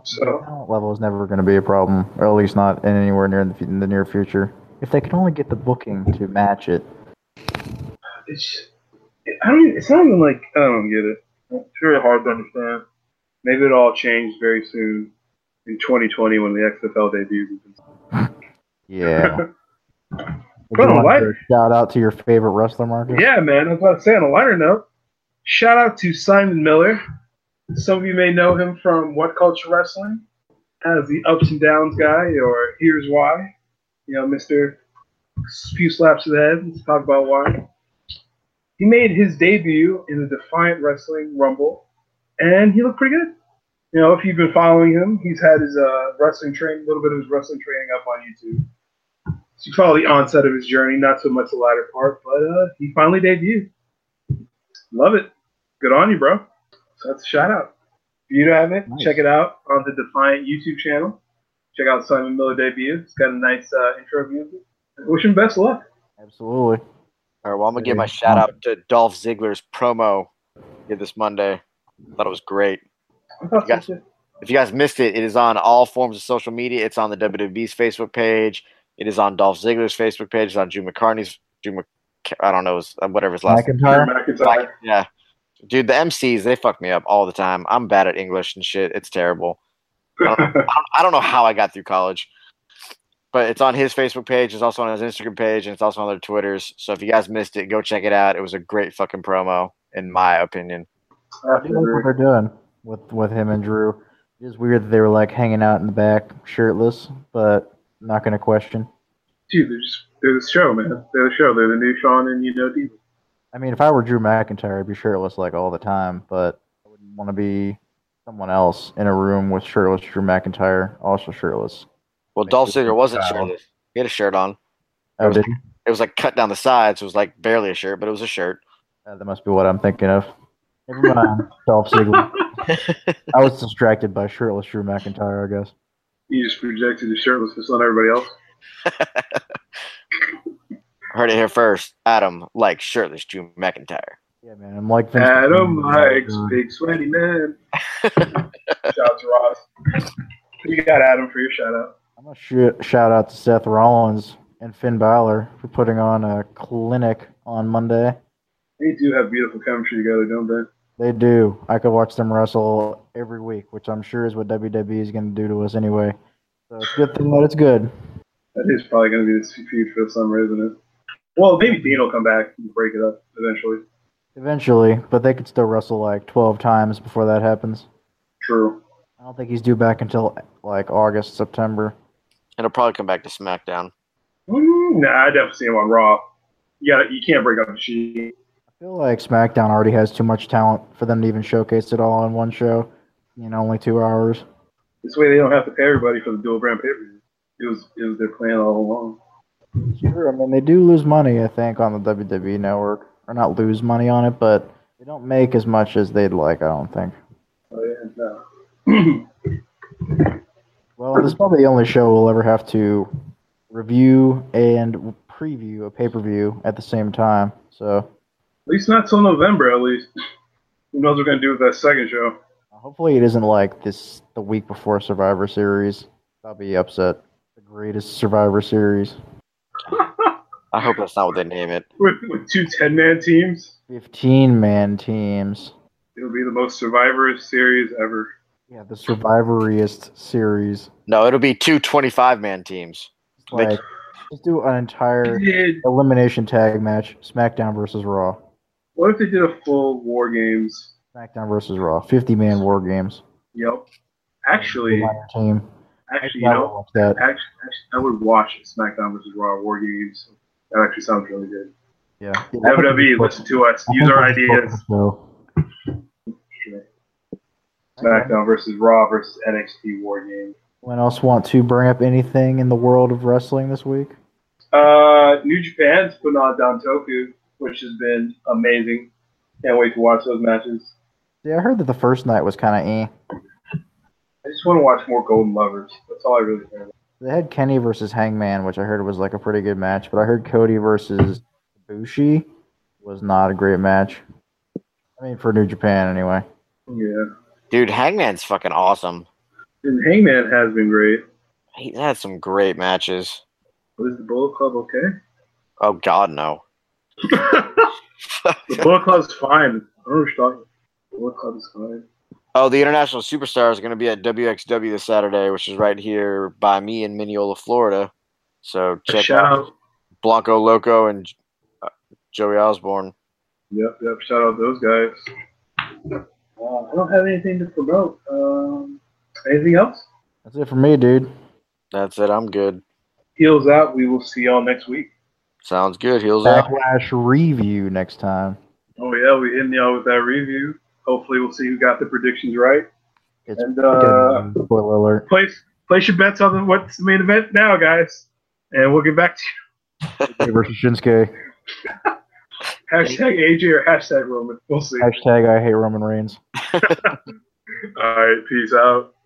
Speaker 1: So-
Speaker 3: The talent level is never going to be a problem, or at least not in anywhere near in the, fu- in the near future. If they can only get the booking to match it,
Speaker 1: It's I don't. Even, it's not even like I don't get it. It's really hard to understand. Maybe it'll all change very soon in 2020 when the XFL debuts.
Speaker 3: yeah.
Speaker 1: Put on light.
Speaker 3: Shout out to your favorite wrestler, Marcus.
Speaker 1: Yeah, man. I was about to say on a lighter note, shout out to Simon Miller. Some of you may know him from What Culture Wrestling as the ups and downs guy, or here's why. You know, Mr. Few slaps to the head. Let's talk about why. He made his debut in the Defiant Wrestling Rumble, and he looked pretty good. You know, if you've been following him, he's had his uh, wrestling training, a little bit of his wrestling training up on YouTube. So you follow the onset of his journey, not so much the latter part, but uh, he finally debuted. Love it. Good on you, bro. So that's a shout out. If you don't have it,
Speaker 3: Nice.
Speaker 1: check it out on the Defiant YouTube channel. Check out Simon Miller debut. It's got a nice uh, intro music. Wish him best luck.
Speaker 3: Absolutely.
Speaker 2: All right, well, I'm gonna give my shout out to Dolph Ziggler's promo he did this Monday. Thought it was great.
Speaker 1: I thought
Speaker 2: Yes.
Speaker 1: so, too.
Speaker 2: If you guys missed it, it is on all forms of social media. It's on the WWE's Facebook page. It is on Dolph Ziggler's Facebook page. It's on Drew McCartney's. Drew Mc, I don't know his, whatever his last.
Speaker 3: McIntyre.
Speaker 1: McIntyre.
Speaker 2: Yeah, dude, the MCs they fuck me up all the time. I'm bad at English and shit. It's terrible. I don't- I don't know how I got through college, but it's on his Facebook page. It's also on his Instagram page, and it's also on their Twitters. So if you guys missed it, go check it out. It was a great fucking promo, in my opinion.
Speaker 1: I
Speaker 3: I do like what they're doing with with him and Drew. It is weird that they were like hanging out in the back, shirtless, but not going to question.
Speaker 1: Dude, they're, just, they're the show, man. They're the show. They're the new Sean and you know Diva.
Speaker 3: I mean, if I were Drew McIntyre, I'd be shirtless like all the time, but I wouldn't want to be someone else in a room with shirtless Drew McIntyre, also shirtless.
Speaker 2: Well,
Speaker 3: Makes
Speaker 2: Dolph
Speaker 3: you feel
Speaker 2: Ziggler wasn't
Speaker 3: proud.
Speaker 2: shirtless. He had a shirt on.
Speaker 3: Oh,
Speaker 2: was-
Speaker 3: did he?
Speaker 2: It was like cut down the sides. it was like barely a shirt, but it was a shirt.
Speaker 3: Uh, that must be what I'm thinking of. Never mind, Dolph Ziggler. I was distracted by shirtless Drew McIntyre, I guess.
Speaker 1: You just projected the shirtlessness on everybody else.
Speaker 2: Heard it here first. Adam likes shirtless Drew McIntyre.
Speaker 3: Yeah, man, I'm like Vince
Speaker 1: Adam
Speaker 3: McMahon, like,
Speaker 1: likes
Speaker 3: uh,
Speaker 1: big sweaty man. shout out to Ross. You got Adam for your shout out.
Speaker 3: I'm gonna sh- shout out to Seth Rollins and Finn Balor for putting on a clinic on Monday.
Speaker 1: They do have beautiful chemistry together, don't they?
Speaker 3: They do. I could watch them wrestle every week, which I'm sure is what WWE is gonna do to us anyway. So it's a good thing that it's good.
Speaker 1: That is probably going to be this feud for the summer, isn't it? Well, maybe Dean will come back and break it up eventually.
Speaker 3: Eventually, but they could still wrestle like 12 times before that happens.
Speaker 1: True.
Speaker 3: I don't think he's due back until like August, September.
Speaker 2: It'll probably come back to SmackDown.
Speaker 1: Mm, nah, I definitely see him on Raw. You got to you can't break up the sheet.
Speaker 3: I feel like SmackDown already has too much talent for them to even showcase it all in one show. You know, only two hours.
Speaker 1: This way they don't have to pay everybody for the dual brand pay per view. It was it was their plan all along.
Speaker 3: Sure, I mean they do lose money, I think, on the WWE network, or not lose money on it, but they don't make as much as they'd like. I don't think.
Speaker 1: Oh yeah, no.
Speaker 3: Well, this is probably the only show we'll ever have to review and preview a pay per view at the same time. So
Speaker 1: at least not till November. At least who knows what we're gonna do with that second show.
Speaker 3: hopefully it isn't like this the week before Survivor Series. I'll be upset. The greatest Survivor Series.
Speaker 2: I hope that's not what they name it.
Speaker 1: with, with two 10 man teams,
Speaker 3: Fifteen man teams.
Speaker 1: it'll be the most survivor series ever.
Speaker 3: Yeah, the survivoriest series.
Speaker 2: No, it'll be two 25 man teams. Like-
Speaker 3: Like, just do an entire
Speaker 1: Did,
Speaker 3: elimination tag match: SmackDown versus Raw.
Speaker 1: what if they did a full War Games?
Speaker 3: SmackDown versus Raw, fifty-man War Games.
Speaker 1: Yep. Actually,
Speaker 3: Minor team.
Speaker 1: actually, you
Speaker 3: I would
Speaker 1: know,
Speaker 3: watch that.
Speaker 1: actually, actually, I would watch SmackDown versus Raw War Games. That actually sounds really good.
Speaker 3: Yeah.
Speaker 1: WWE, listen to us. E, Use our ideas.
Speaker 3: So,
Speaker 1: SmackDown versus Raw versus NXT War Games.
Speaker 3: Anyone else want to bring up anything in the world of wrestling this week?
Speaker 1: Uh, New Japan's putting on Dantoku, which has been amazing. Can't wait to watch those matches.
Speaker 3: Yeah, I heard that the first night was kind of eh.
Speaker 1: I just want to watch more Golden Lovers. That's all I really care about.
Speaker 3: They had Kenny versus Hangman, which I heard was like a pretty good match, but I heard Cody versus Bushi was not a great match. I mean, for New Japan anyway.
Speaker 1: Yeah.
Speaker 2: Dude, Hangman's fucking awesome.
Speaker 1: And Hangman has been great.
Speaker 2: He's had some great matches.
Speaker 1: Was the Bullet Club okay?
Speaker 2: Oh God, no.
Speaker 1: the Bullet Club's fine. I don't know what you're talking about. The Bullet Club is fine.
Speaker 2: Oh, the International Superstar is going to be at WXW this Saturday, which is right here by me in Mineola, Florida. So check
Speaker 1: shout
Speaker 2: out
Speaker 1: out.
Speaker 2: Blanco Loco and uh, Joey Osborne.
Speaker 1: Yep, yep. Shout out those guys. Uh, I don't have anything to promote. Um, anything else?
Speaker 3: That's it for me, dude.
Speaker 2: That's it. I'm good.
Speaker 1: Heels out. We will see y'all next week.
Speaker 2: Sounds good. Heels out.
Speaker 3: Backlash review next time.
Speaker 1: Oh yeah, we hitting y'all with that review. Hopefully, we'll see who got the predictions right.
Speaker 3: It's
Speaker 1: And uh,
Speaker 3: freaking- spoiler alert.
Speaker 1: place place your bets on the, what's the main event now, guys, and we'll get back to you.
Speaker 3: AJ versus Shinsuke.
Speaker 1: Hashtag AJ or hashtag Roman. We'll see.
Speaker 3: Hashtag I hate Roman Reigns.
Speaker 1: All right, peace out.